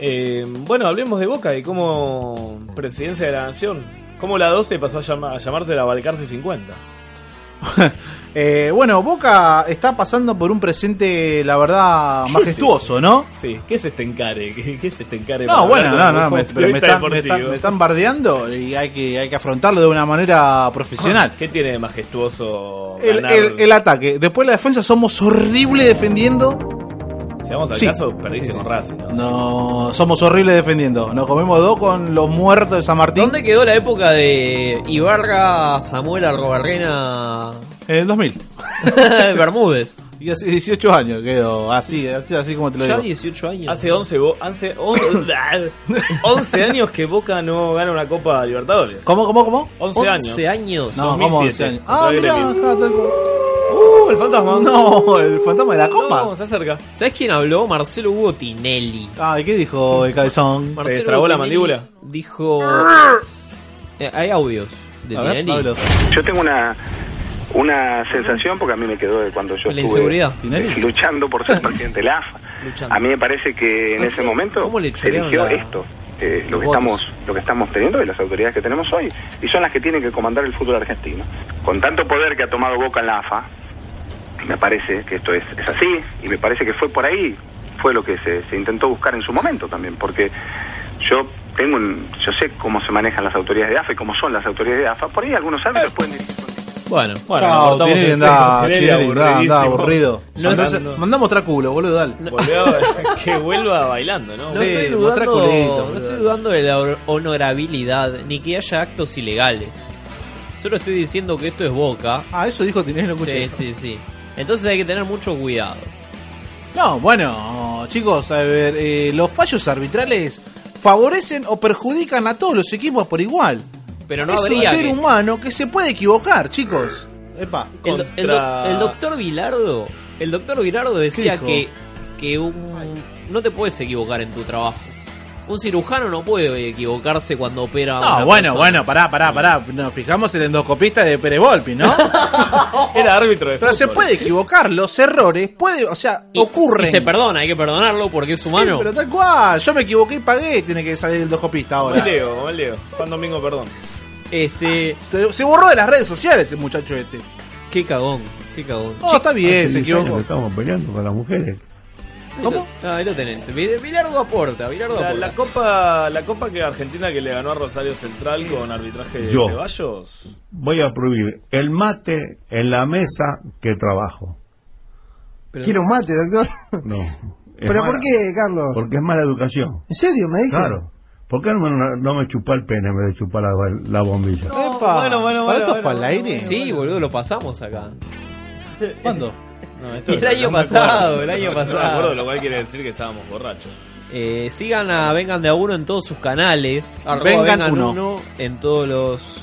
Speaker 10: Eh, bueno, hablemos de Boca y cómo presidencia de la nación. Cómo la 12 pasó a, llama- a llamarse la Balcarce 50.
Speaker 8: Eh, bueno, Boca está pasando por un presente, la verdad, majestuoso, ¿no?
Speaker 10: Sí, ¿qué es este encare? ¿Qué, qué es este encare?
Speaker 8: No,
Speaker 10: para
Speaker 8: bueno, no,
Speaker 10: hablar con
Speaker 8: no,
Speaker 10: un
Speaker 8: me, pero me
Speaker 10: periodista
Speaker 8: están, me
Speaker 10: deportivo?
Speaker 8: están- me están bardeando y hay que, hay que afrontarlo de una manera profesional.
Speaker 10: ¿Qué tiene de majestuoso
Speaker 8: El,
Speaker 10: ganar?
Speaker 8: el- el ataque, después la defensa, somos horribles defendiendo.
Speaker 10: Llegamos al
Speaker 8: Sí.
Speaker 10: caso, perdiste con Racing. ¿no?
Speaker 8: No, somos horribles defendiendo. Nos comemos dos con los muertos de San Martín
Speaker 9: ¿Dónde quedó la época de Ibarra, Samuel, Arrobarrena,
Speaker 8: en el 2000.
Speaker 9: Bermúdez?
Speaker 8: Y hace 18 años quedó, así, así, así como te lo
Speaker 9: Ya
Speaker 8: digo.
Speaker 9: 18 años.
Speaker 10: Hace 11, bo- hace on- 11 años que Boca no gana una Copa Libertadores.
Speaker 8: ¿Cómo, cómo, cómo?
Speaker 10: 11 años.
Speaker 9: 11 años.
Speaker 8: No, ¿cómo 11
Speaker 10: 2007.
Speaker 8: años? Ah,
Speaker 10: Contra
Speaker 8: mirá,
Speaker 10: Gremio.
Speaker 8: acá está el-
Speaker 10: ¡Uh, el fantasma!
Speaker 8: No, el fantasma de la copa.
Speaker 10: No, se acerca.
Speaker 9: ¿Sabes quién habló? Marcelo Hugo Tinelli.
Speaker 8: Ay, ¿qué dijo el cabezón?
Speaker 9: Marcelo Tinelli Dijo. Eh, hay audios de
Speaker 8: A ver,
Speaker 9: Tinelli.
Speaker 8: ábrelos.
Speaker 2: Yo tengo una,
Speaker 15: una sensación, porque a mí me quedó de cuando yo
Speaker 9: La
Speaker 15: estuve
Speaker 9: inseguridad.
Speaker 15: luchando por ser presidente de la AFA.
Speaker 9: Luchando.
Speaker 15: A mí me parece que en ese momento se
Speaker 9: chorearon
Speaker 15: eligió
Speaker 9: la-
Speaker 15: esto, eh, lo, que
Speaker 9: votos?
Speaker 15: estamos, lo que estamos teniendo y las autoridades que tenemos hoy, y son las que tienen que comandar el fútbol argentino. Con tanto poder que ha tomado Boca en la AFA, me parece que esto es, es así, y me parece que fue por ahí, fue lo que se, se intentó buscar en su momento también, porque yo tengo un- yo sé cómo se manejan las autoridades de AFA y cómo son las autoridades de AFA, por ahí algunos árbitros pueden
Speaker 10: Bueno,
Speaker 15: bueno,
Speaker 8: Chao,
Speaker 15: cortamos
Speaker 8: Tinelli,
Speaker 15: el
Speaker 8: andá,
Speaker 15: centro,
Speaker 8: Tinelli,
Speaker 15: Tinelli,
Speaker 8: andá,
Speaker 15: aburridísimo.
Speaker 8: andá, aburrido.
Speaker 10: No,
Speaker 8: Andá,
Speaker 10: no, no.
Speaker 8: Mandá a mostrar culo, boludo, dale.
Speaker 10: Volvió- que vuelva bailando, ¿no?
Speaker 9: No estoy,
Speaker 8: mostrá
Speaker 9: dudando,
Speaker 8: culito,
Speaker 9: no
Speaker 8: boludo.
Speaker 9: estoy dudando de la hor- honorabilidad ni que haya actos ilegales. Solo estoy diciendo que esto es boca.
Speaker 8: Ah, eso dijo Tinelli, no
Speaker 9: Sí,
Speaker 8: escuché.
Speaker 9: sí, sí. Entonces hay que tener mucho cuidado.
Speaker 8: No, bueno, chicos, a ver, eh, los fallos arbitrales favorecen o perjudican a todos los equipos por igual.
Speaker 9: Pero no
Speaker 8: es un
Speaker 9: habría
Speaker 8: ser
Speaker 9: que-
Speaker 8: humano que se puede equivocar, chicos. Epa.
Speaker 9: El, do- el do- el doctor Vilardo, el doctor Vilardo decía
Speaker 8: dijo?
Speaker 9: que, que un, no te puedes equivocar en tu trabajo. Un cirujano no puede equivocarse cuando opera. a
Speaker 8: No,
Speaker 9: una
Speaker 8: Ah, bueno,
Speaker 9: persona.
Speaker 8: bueno, pará, pará, pará. Nos fijamos el endoscopista de Pere Volpi, ¿no?
Speaker 10: Era árbitro de
Speaker 8: Pero se puede equivocar, los errores puede, o sea, ocurren.
Speaker 9: Y se perdona, hay que perdonarlo porque es humano.
Speaker 8: Sí, pero tal cual, Ah, yo me equivoqué y pagué, tiene que salir el endoscopista ahora.
Speaker 10: Leo, como el Leo. Juan Domingo, perdón.
Speaker 9: Este.
Speaker 8: Se- Se borró de las redes sociales el muchacho este.
Speaker 9: Qué cagón, qué cagón.
Speaker 8: Oh, está bien, se equivocó.
Speaker 2: Estamos peleando con las mujeres.
Speaker 9: ¿Cómo? Ah, ahí lo tenés. Vi- Vilardo aporta, Vilardo
Speaker 10: La,
Speaker 9: aporta.
Speaker 10: la copa la copa que Argentina que le ganó a Rosario Central con arbitraje de
Speaker 2: Yo.
Speaker 10: Ceballos.
Speaker 2: Voy a prohibir el mate en la mesa que trabajo.
Speaker 16: Quiero un mate, doctor.
Speaker 2: No. Es
Speaker 16: ¿Pero
Speaker 2: mala-
Speaker 16: por qué, Carlos?
Speaker 2: Porque es mala educación.
Speaker 16: ¿En serio me dice?
Speaker 2: Claro. ¿Por qué no, me- no me chupa el pene en vez de chupar la, la bombilla?
Speaker 8: Epa, ¿para esto fue al aire?
Speaker 9: Sí, boludo, lo pasamos acá.
Speaker 8: ¿Cuándo?
Speaker 9: No,
Speaker 10: Esto
Speaker 9: el
Speaker 10: no
Speaker 9: año
Speaker 10: me acuerdo.
Speaker 9: pasado, el año
Speaker 10: No me acuerdo, lo
Speaker 9: pasado.
Speaker 10: cual quiere decir que estábamos borrachos.
Speaker 9: Eh, sigan a Vengan de a uno en todos sus canales. Arroba
Speaker 8: Vengan Uno.
Speaker 9: en todos los.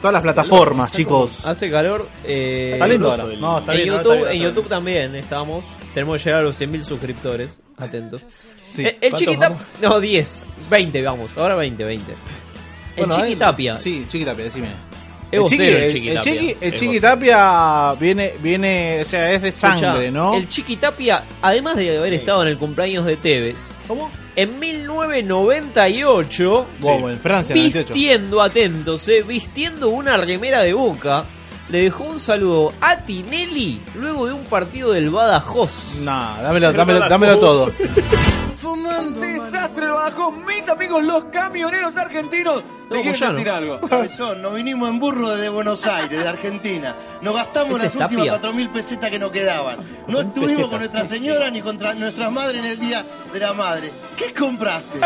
Speaker 8: Todas las plataformas, chicos.
Speaker 9: Hace calor. eh,
Speaker 8: Está lindo ahora. No, está
Speaker 9: en
Speaker 8: bien, no,
Speaker 9: YouTube,
Speaker 8: está bien,
Speaker 9: en
Speaker 8: está
Speaker 9: YouTube también estamos. Tenemos que llegar a los 100.000 suscriptores. Atentos.
Speaker 8: Sí.
Speaker 9: Eh, el
Speaker 8: ¿Cuántos
Speaker 9: Chiquita.
Speaker 8: vamos?
Speaker 9: No, 10. 20, vamos. Ahora 20, 20. El
Speaker 8: Bueno, ahí-
Speaker 9: Chiquitapia.
Speaker 8: Sí, Chiquitapia, decime.
Speaker 9: Es
Speaker 8: Chiqui-
Speaker 9: vocero el
Speaker 8: el
Speaker 9: Chiquitapia.
Speaker 8: Chiqui- el
Speaker 9: Es
Speaker 8: Chiquitapia viene, viene, o sea, es de sangre,
Speaker 9: Escuchá,
Speaker 8: ¿no?
Speaker 9: El Chiquitapia, además de haber estado en el cumpleaños de Tevez, en 1998,
Speaker 8: Wow, en Francia, en el 98.
Speaker 9: vistiendo, atentos, eh, vistiendo una remera de boca, le dejó un saludo a Tinelli luego de un partido del Badajoz.
Speaker 8: Nah, dámelo, dámelo, dámelo todo.
Speaker 7: Fumando. Desastre bajo mis amigos los camioneros argentinos. Te
Speaker 9: No,
Speaker 7: quiero
Speaker 9: Moyano.
Speaker 7: decir algo.
Speaker 17: Cabezón, nos vinimos en burro desde Buenos Aires, de Argentina. Nos gastamos
Speaker 7: Ese
Speaker 17: las
Speaker 7: es Tapia.
Speaker 17: últimas 4.000 pesetas que nos quedaban. No estuvimos
Speaker 7: pesetas,
Speaker 17: con nuestra
Speaker 7: sí,
Speaker 17: señora ni con tra- nuestras madres en el día de la madre. ¿Qué compraste?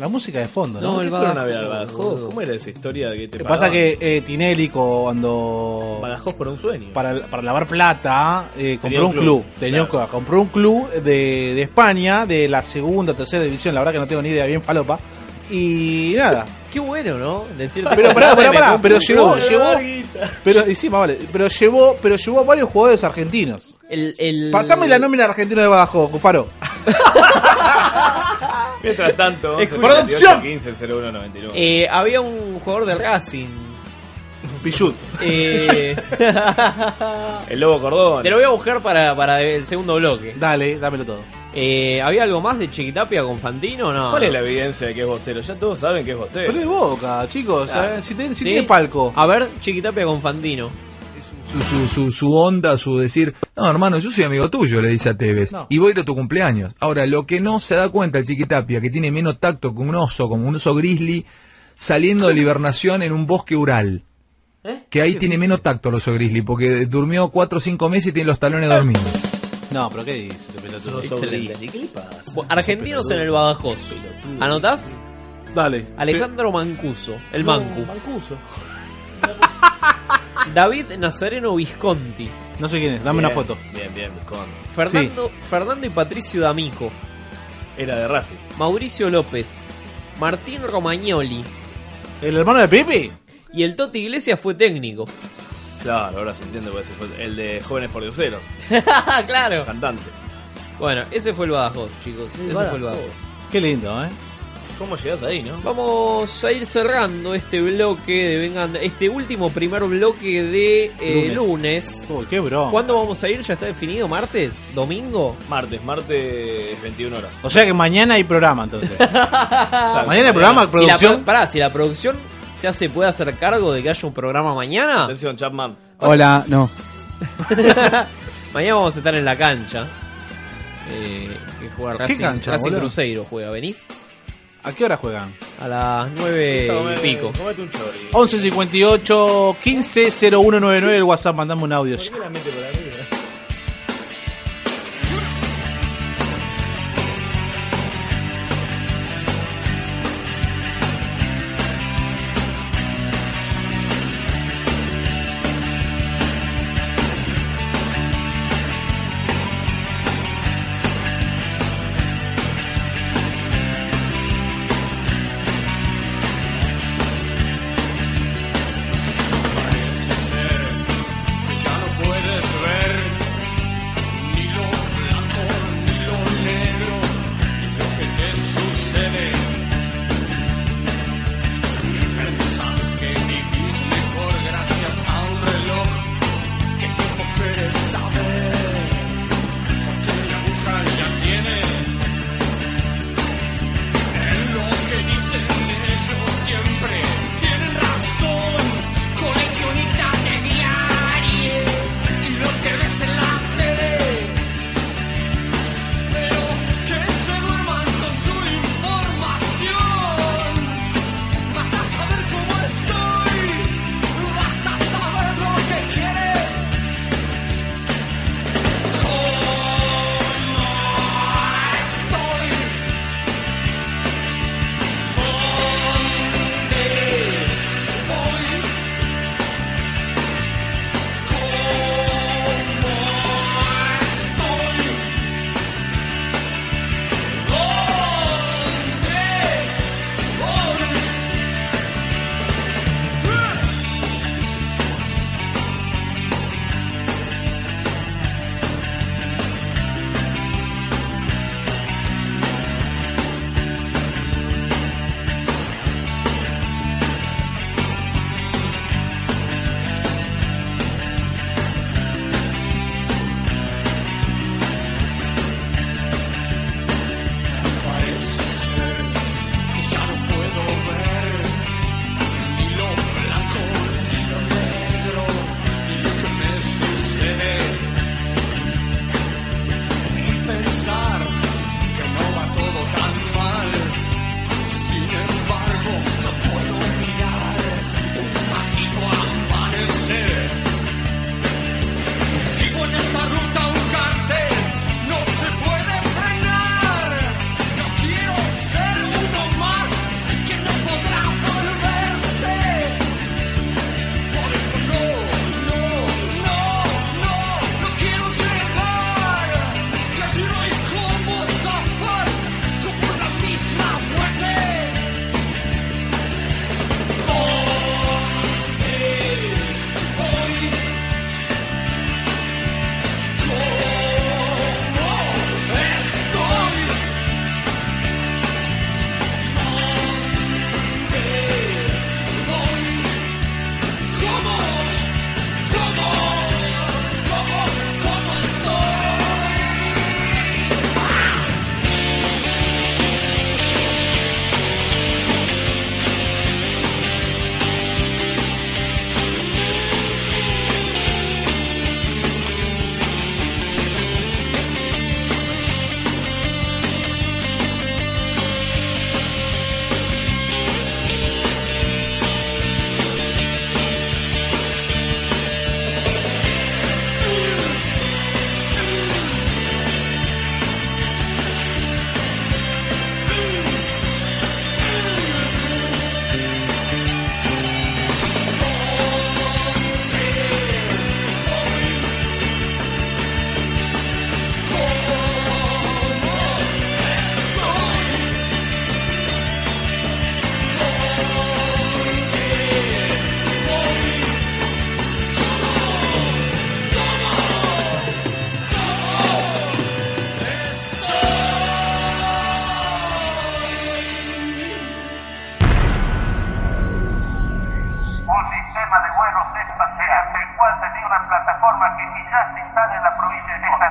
Speaker 8: La música de fondo, ¿no?
Speaker 10: No, el
Speaker 8: ¿Qué fueron
Speaker 10: Badajoz.
Speaker 8: a ver al
Speaker 10: Badajoz. ¿Cómo era esa historia que te
Speaker 8: Lo que
Speaker 10: pasa
Speaker 8: pasa que eh, Tinelli cuando...
Speaker 10: Badajoz por un sueño.
Speaker 8: Para, para lavar plata, eh,
Speaker 10: Tenía
Speaker 8: compró
Speaker 10: un
Speaker 8: un
Speaker 10: club,
Speaker 8: club. Tenía un club. compró un club de, de España, de la segunda, tercera división. La verdad que no tengo ni idea, bien falopa. Y nada.
Speaker 9: Qué bueno, ¿no? Decirte,
Speaker 8: Pero pará, pará, pará.
Speaker 9: Me
Speaker 8: Pero
Speaker 9: compré
Speaker 8: llevó,
Speaker 9: un club.
Speaker 8: llevó. Pero, y sí, más vale. Pero llevó, pero llevó a varios jugadores argentinos.
Speaker 9: El, el-
Speaker 8: Pasame la nómina argentina de Badajoz, Cufaro.
Speaker 10: Mientras tanto,
Speaker 8: Es
Speaker 10: 11
Speaker 8: producción.
Speaker 10: 78 15 01 99.
Speaker 9: Eh, había un jugador de Racing.
Speaker 8: Pichut.
Speaker 9: Eh,
Speaker 10: el Lobo Cordón.
Speaker 9: Te lo voy a buscar para, para el segundo bloque. Eh,
Speaker 8: Dale, dámelo todo.
Speaker 9: ¿Había algo más de Chiquitapia con Fantino o no?
Speaker 10: ¿Cuál es la evidencia de que es bostero? Ya todos saben que es bostero.
Speaker 8: Pero es boca, chicos.
Speaker 10: Claro.
Speaker 8: o sea, Si, tiene- si
Speaker 9: Sí.
Speaker 8: tiene palco.
Speaker 9: A ver, Chiquitapia con Fantino.
Speaker 18: Su, su, su, su onda, su decir, no, hermano, yo soy amigo tuyo, le dice a Tevez. Y voy a ir a tu cumpleaños. Ahora, lo que no se da cuenta el Chiquitapia, que tiene menos tacto que un oso, como un oso grizzly, saliendo de la hibernación en un bosque ural. Que ahí tiene menos tacto el oso grizzly, porque durmió cuatro o cinco meses y tiene los talones dormidos.
Speaker 8: No, pero ¿qué dice? este pelotudo?
Speaker 9: Excelente. Bueno, Argentinos en el Badajoz. ¿Anotás?
Speaker 8: Dale.
Speaker 9: Alejandro Mancuso, el
Speaker 10: No,
Speaker 9: Mancu.
Speaker 10: Mancuso.
Speaker 9: David Nazareno Visconti.
Speaker 8: No sé quién es, dame
Speaker 9: Bien,
Speaker 8: una foto.
Speaker 10: Bien, bien, Visconti.
Speaker 9: Fernando, Fernando y Patricio D'Amico.
Speaker 10: Era de Racing.
Speaker 9: Mauricio López. Martín Romagnoli.
Speaker 8: ¿El hermano de Pipi?
Speaker 9: Y el Toti Iglesias fue técnico.
Speaker 10: Claro, ahora se entiende por qué se fue. El de Jóvenes por Dioseros.
Speaker 9: claro.
Speaker 10: Cantante.
Speaker 9: Bueno, ese fue el Badajoz, chicos. Ese fue el Badajoz.
Speaker 8: Qué lindo, ¿eh?
Speaker 10: ¿Cómo llegas ahí, no?
Speaker 9: Vamos a ir cerrando este bloque de Vengan, este último primer bloque de eh, lunes.
Speaker 10: Lunes.
Speaker 9: qué ¿Cuándo vamos a ir? ¿Ya está definido? ¿Martes? ¿Domingo?
Speaker 10: Martes, martes 21 horas.
Speaker 8: O sea que mañana hay programa entonces. mañana hay
Speaker 9: Ah, Si
Speaker 8: programa,
Speaker 9: la
Speaker 8: producción.
Speaker 9: pro- pará, si la producción se hace, puede hacer cargo de que haya un programa mañana.
Speaker 10: Atención, Chapman.
Speaker 12: Hola, no.
Speaker 9: Mañana vamos a estar en la cancha. Eh, que juega
Speaker 8: ¿Qué
Speaker 9: Racing,
Speaker 8: cancha,
Speaker 9: Racing
Speaker 8: boludo?
Speaker 9: Cruzeiro juega, ¿venís?
Speaker 8: ¿A qué hora juegan?
Speaker 9: A las 9 y pico.
Speaker 10: Comete un chori.
Speaker 8: 1158 150199 el WhatsApp, mandame un audio.
Speaker 10: ¿Por qué la mete por arriba?
Speaker 1: Parece ser que ya no puedes ver.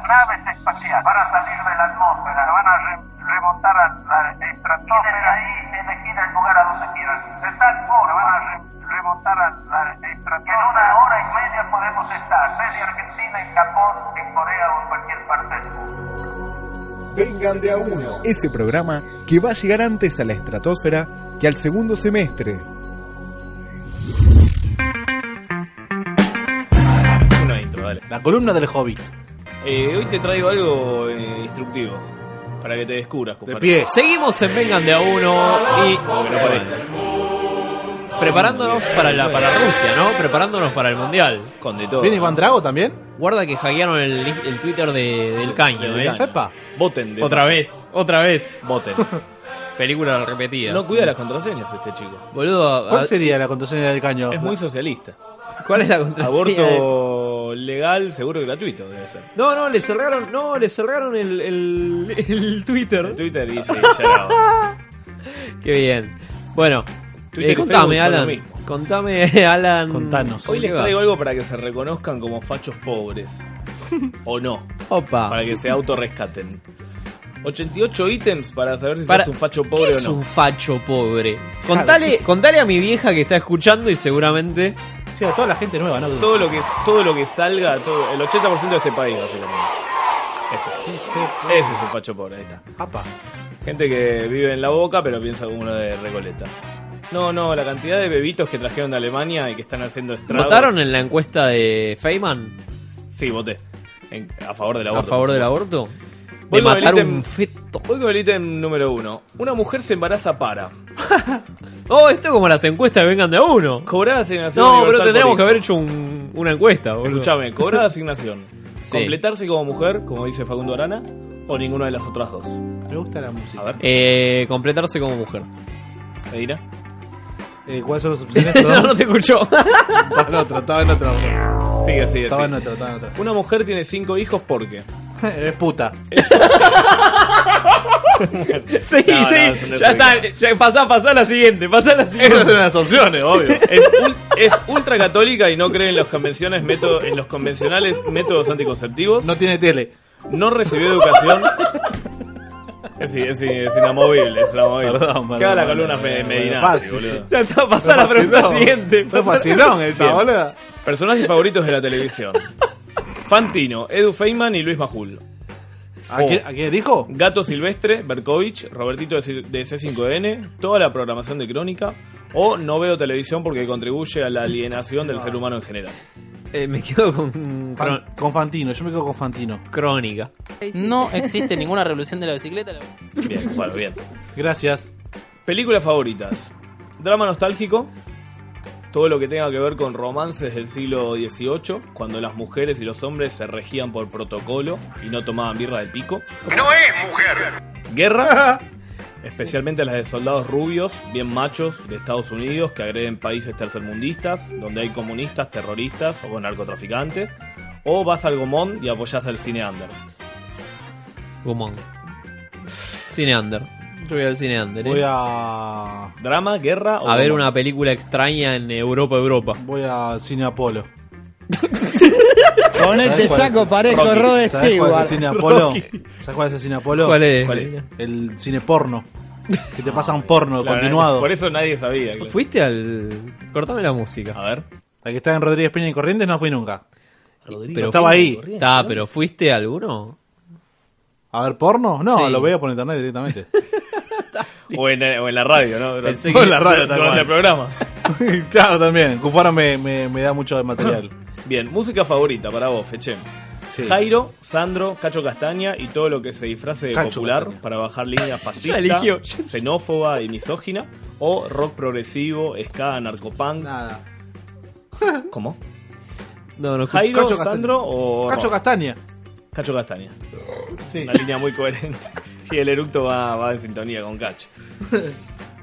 Speaker 1: naves espaciales van a salir de la atmósfera, van a re- remontar a la estratosfera y elegir el lugar a donde quieran. De tal forma van a re- remontar a la estratosfera. Que en una hora y media podemos estar desde Argentina, en Japón, en Corea o en cualquier parte del mundo.
Speaker 4: Vengan de a uno.
Speaker 19: Ese programa que va a llegar antes a la estratosfera que al segundo semestre.
Speaker 10: Una intro, dale.
Speaker 8: La columna del Hobbit.
Speaker 10: Eh, hoy te traigo algo eh, instructivo. Para que te descubras, compadre.
Speaker 9: pie. Seguimos en Vengan de a uno y. Preparándonos para la para Rusia, ¿no? Preparándonos para el mundial. Con de todo.
Speaker 8: ¿Viene Iván Drago también?
Speaker 9: Guarda que hackearon el, el Twitter de- del caño,
Speaker 10: Del
Speaker 9: ¿eh?
Speaker 10: Caño. Voten. de-
Speaker 9: Otra vez, otra vez.
Speaker 10: Voten.
Speaker 9: Película repetida. Pues
Speaker 10: No cuida las contraseñas este chico.
Speaker 9: Boludo, a-
Speaker 8: ¿Cuál sería la contraseña del caño? Eh,
Speaker 10: Es muy socialista.
Speaker 9: ¿Cuál es la contraseña?
Speaker 10: Aborto legal, seguro y gratuito debe ser.
Speaker 9: No, no, le cerraron, no, le cerraron el, el, el Twitter. El
Speaker 10: Twitter dice, ya
Speaker 9: Qué bien. Bueno, eh,
Speaker 10: Twitter y
Speaker 9: contame,
Speaker 10: Facebook son lo
Speaker 9: Alan.
Speaker 10: mismo.
Speaker 9: Contame, Alan. Contanos.
Speaker 10: Hoy les traigo algo para que se reconozcan como fachos pobres. o no.
Speaker 9: Opa.
Speaker 10: Para que se autorrescaten. 88 ítems para saber si
Speaker 9: Para-
Speaker 10: sos un facho
Speaker 9: ¿Qué
Speaker 10: pobre o
Speaker 9: es
Speaker 10: no.
Speaker 9: un facho pobre? Contale, contale a mi vieja que está escuchando y seguramente.
Speaker 8: Sí, a toda la gente nueva, ¿no?
Speaker 10: Todo lo que, todo lo que salga, todo, el 80% de este país, básicamente. Eso. Ese es un facho pobre, ahí está. Gente que vive en la boca, pero piensa como uno de Recoleta. No, no, la cantidad de bebitos que trajeron de Alemania y que están haciendo estragos.
Speaker 9: ¿Votaron en la encuesta de Feynman?
Speaker 10: Sí, voté. En- a favor del
Speaker 9: ¿A
Speaker 10: aborto.
Speaker 9: favor
Speaker 10: por
Speaker 9: del
Speaker 10: supuesto.
Speaker 9: aborto?
Speaker 10: Voy
Speaker 9: De
Speaker 10: con el
Speaker 9: matar
Speaker 10: ítem-
Speaker 9: un feto.
Speaker 10: Voy con el ítem número uno. Una mujer se embaraza para.
Speaker 9: Oh, esto es como las encuestas que vengan de a uno.
Speaker 10: Cobrada asignación
Speaker 9: No,
Speaker 10: universal
Speaker 9: pero tendríamos
Speaker 10: por
Speaker 9: que
Speaker 10: hijo.
Speaker 9: haber hecho un- una encuesta, boludo.
Speaker 10: Escúchame, cobrada asignación.
Speaker 9: Sí.
Speaker 10: Completarse como mujer, como dice Facundo Arana, o ninguna de las otras dos.
Speaker 8: Me gusta la música.
Speaker 10: A ver,
Speaker 9: Eh, completarse como mujer.
Speaker 10: Medina.
Speaker 8: Eh, ¿Cuáles son las opciones?
Speaker 9: no, no te escuchó.
Speaker 8: estaba en otra, estaba en otra.
Speaker 10: Sigue, sigue,
Speaker 8: Estaba en
Speaker 10: sigue.
Speaker 8: otra, estaba en otra.
Speaker 10: Una mujer tiene cinco hijos porque.
Speaker 8: es puta.
Speaker 9: Sí,
Speaker 10: No, no,
Speaker 9: sí.
Speaker 10: eso no es
Speaker 9: ya está.
Speaker 10: verdad.
Speaker 9: Ya, pasá, pasá la siguiente. Pasá la siguiente.
Speaker 10: Esas eran las
Speaker 8: opciones, obvio.
Speaker 10: Es, ul- es ultracatólica y no cree en los convenciones método- en los convencionales métodos anticonceptivos.
Speaker 8: No tiene tele.
Speaker 10: No recibió educación. Es, es- es inamovible, es inamovible.
Speaker 8: Perdón,
Speaker 10: ¿Qué haga la
Speaker 8: perdón,
Speaker 10: columna
Speaker 8: perdón,
Speaker 10: Fe-
Speaker 8: perdón,
Speaker 10: Medinazzi,
Speaker 8: fácil.
Speaker 10: boludo?
Speaker 9: Ya está. Pasá la pregunta siguiente.
Speaker 8: Fue facilón esa,
Speaker 10: Bien.
Speaker 8: boludo.
Speaker 10: Personajes favoritos de la televisión. Fantino, Edu Feynman y Luis Majul.
Speaker 8: ¿A
Speaker 9: Oh.
Speaker 8: quién- a dijo?
Speaker 10: Gato Silvestre, Berkovich, Robertito de C- de C5N, toda la programación de Crónica, o no veo televisión porque contribuye a la alienación del ser humano en general.
Speaker 9: Eh, me quedo con,
Speaker 8: Fan- con Fantino, yo me quedo con Fantino.
Speaker 9: Crónica.
Speaker 20: No existe ninguna revolución de la bicicleta.
Speaker 10: Bien, bueno, bien.
Speaker 8: Gracias.
Speaker 10: Películas favoritas. Drama nostálgico. Todo lo que tenga que ver con romances del siglo XVIII, cuando las mujeres y los hombres se regían por protocolo y no tomaban birra de pico.
Speaker 1: No es mujer.
Speaker 10: Guerra. Especialmente las de soldados rubios, bien machos, de Estados Unidos, que agreden países tercermundistas, donde hay comunistas, terroristas o narcotraficantes. O vas al Gomón y apoyás al cine under.
Speaker 9: Gumón. Cine Under. Yo voy al Cine Under. eh.
Speaker 8: Voy a.
Speaker 10: ¿Drama, guerra o
Speaker 9: A ver
Speaker 10: Gomón?
Speaker 9: una película extraña en Europa, Europa.
Speaker 8: Voy a Cine Apolo.
Speaker 20: Con
Speaker 8: ¿Sabés
Speaker 20: este
Speaker 8: cuál es?
Speaker 20: saco parejo Rod
Speaker 8: ¿Sabés cuál es el
Speaker 20: Stewart.
Speaker 8: cine Apolo?
Speaker 20: Rocky.
Speaker 8: ¿Sabés cuál es el cine Apolo?
Speaker 9: ¿Cuál es?
Speaker 10: ¿Cuál es?
Speaker 8: El cine porno. Que te pasa un porno
Speaker 10: Claro,
Speaker 8: continuado.
Speaker 10: Por eso nadie sabía. claro.
Speaker 9: ¿Fuiste al. Cortame la música.
Speaker 10: A ver.
Speaker 8: La que está en Rodríguez Peña y Corrientes no fui nunca.
Speaker 9: Pero
Speaker 8: Pero estaba ahí.
Speaker 9: Está, pero ¿fuiste a alguno?
Speaker 8: ¿A ver porno? No,
Speaker 9: Sí.
Speaker 8: lo veía por internet directamente.
Speaker 10: O en, o en la radio, ¿no?
Speaker 8: Pensé
Speaker 10: O
Speaker 8: que-
Speaker 10: en la radio,
Speaker 8: tal
Speaker 10: durante
Speaker 8: cual.
Speaker 10: el programa.
Speaker 8: claro, también. Cufaro me, me, me da mucho de material.
Speaker 10: Bien, música favorita para vos, Feche. Jairo, Sandro, Cacho Castaña y todo lo que se disfrace de
Speaker 8: Cacho
Speaker 10: popular
Speaker 8: Castaña.
Speaker 10: para bajar línea fascista,
Speaker 9: Ya eligió.
Speaker 10: xenófoba y misógina, o rock progresivo, ska, narcopunk.
Speaker 8: Nada.
Speaker 10: ¿Cómo?
Speaker 9: No, no
Speaker 10: Jairo,
Speaker 8: Cacho Castaña.
Speaker 10: Sandro o
Speaker 8: Cacho
Speaker 10: rock?
Speaker 8: Castaña.
Speaker 10: Cacho Castaña.
Speaker 8: Sí.
Speaker 10: Una línea muy coherente. Y el eructo va, va en sintonía con Cacho.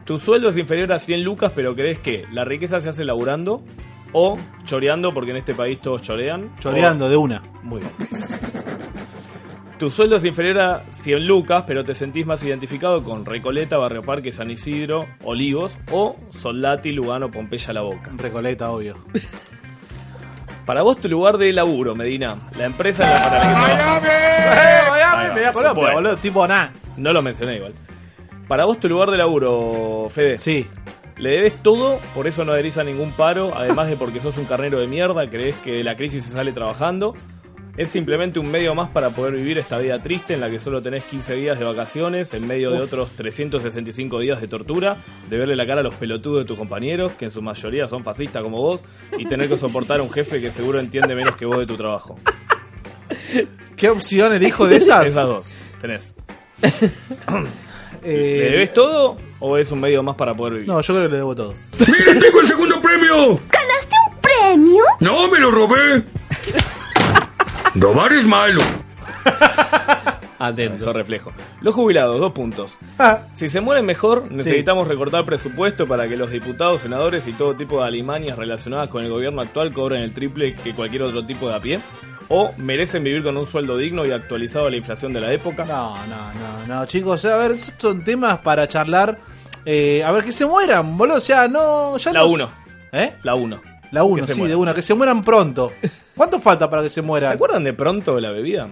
Speaker 10: Tu sueldo es inferior a 100 lucas, pero crees que la riqueza se hace laburando o choreando, porque en este país todos chorean.
Speaker 8: Choreando
Speaker 10: o-
Speaker 8: de una.
Speaker 10: Muy bien. Tu sueldo es inferior a 100 lucas, pero te sentís más identificado con Recoleta, Barrio Parque, San Isidro, Olivos o Soldati, Lugano, Pompeya, La Boca.
Speaker 8: Recoleta, obvio.
Speaker 10: Para vos tu lugar de laburo, Medina. La empresa en la para la que trabajas. Ahí va,
Speaker 8: Me da Colombia,
Speaker 10: bueno.
Speaker 8: boludo, tipo nada.
Speaker 10: No lo mencioné igual. Para vos tu lugar de laburo, Fede. Sí. Le debes todo, por eso no adherís a ningún paro, además de porque sos un carnero de mierda, crees que de la crisis se sale trabajando. Es simplemente un medio más para poder vivir esta vida triste en la que solo tenés 15 días de vacaciones, en medio de
Speaker 5: Uf.
Speaker 10: otros 365 días de tortura, de verle la cara a los pelotudos de tus compañeros, que en su mayoría son fascistas como vos, y tener que soportar a un jefe que seguro entiende menos que vos de tu trabajo.
Speaker 8: ¿Qué opción elijo de esas?
Speaker 10: Esas dos. Tenés. ¿Le debes todo o es un medio más para poder vivir?
Speaker 8: Eh, No, yo creo que le debo todo.
Speaker 10: ¡Miren, tengo el segundo premio!
Speaker 6: ¿Ganaste un premio?
Speaker 10: ¡No, me lo robé!
Speaker 5: Robar es malo.
Speaker 10: Atento, reflejo. Los jubilados, dos puntos.
Speaker 8: Ah.
Speaker 10: Si se mueren mejor, necesitamos recortar presupuesto para que los diputados, senadores y todo tipo de alimañas relacionadas con el gobierno actual cobren el triple que cualquier otro tipo de a pie. O merecen vivir con un sueldo digno y actualizado a la inflación de la época.
Speaker 8: No, no, no, no, chicos, o sea, a ver, esos son temas para charlar. Eh, a ver, que se mueran, boludo, o sea, no... Ya
Speaker 10: La
Speaker 8: no-
Speaker 10: 1.
Speaker 8: ¿Eh?
Speaker 10: La 1.
Speaker 8: La 1,
Speaker 10: Que se
Speaker 8: sí,
Speaker 10: mueran.
Speaker 8: de una, que se mueran pronto. ¿Cuánto falta para que se mueran? ¿Se
Speaker 10: acuerdan de pronto la bebida?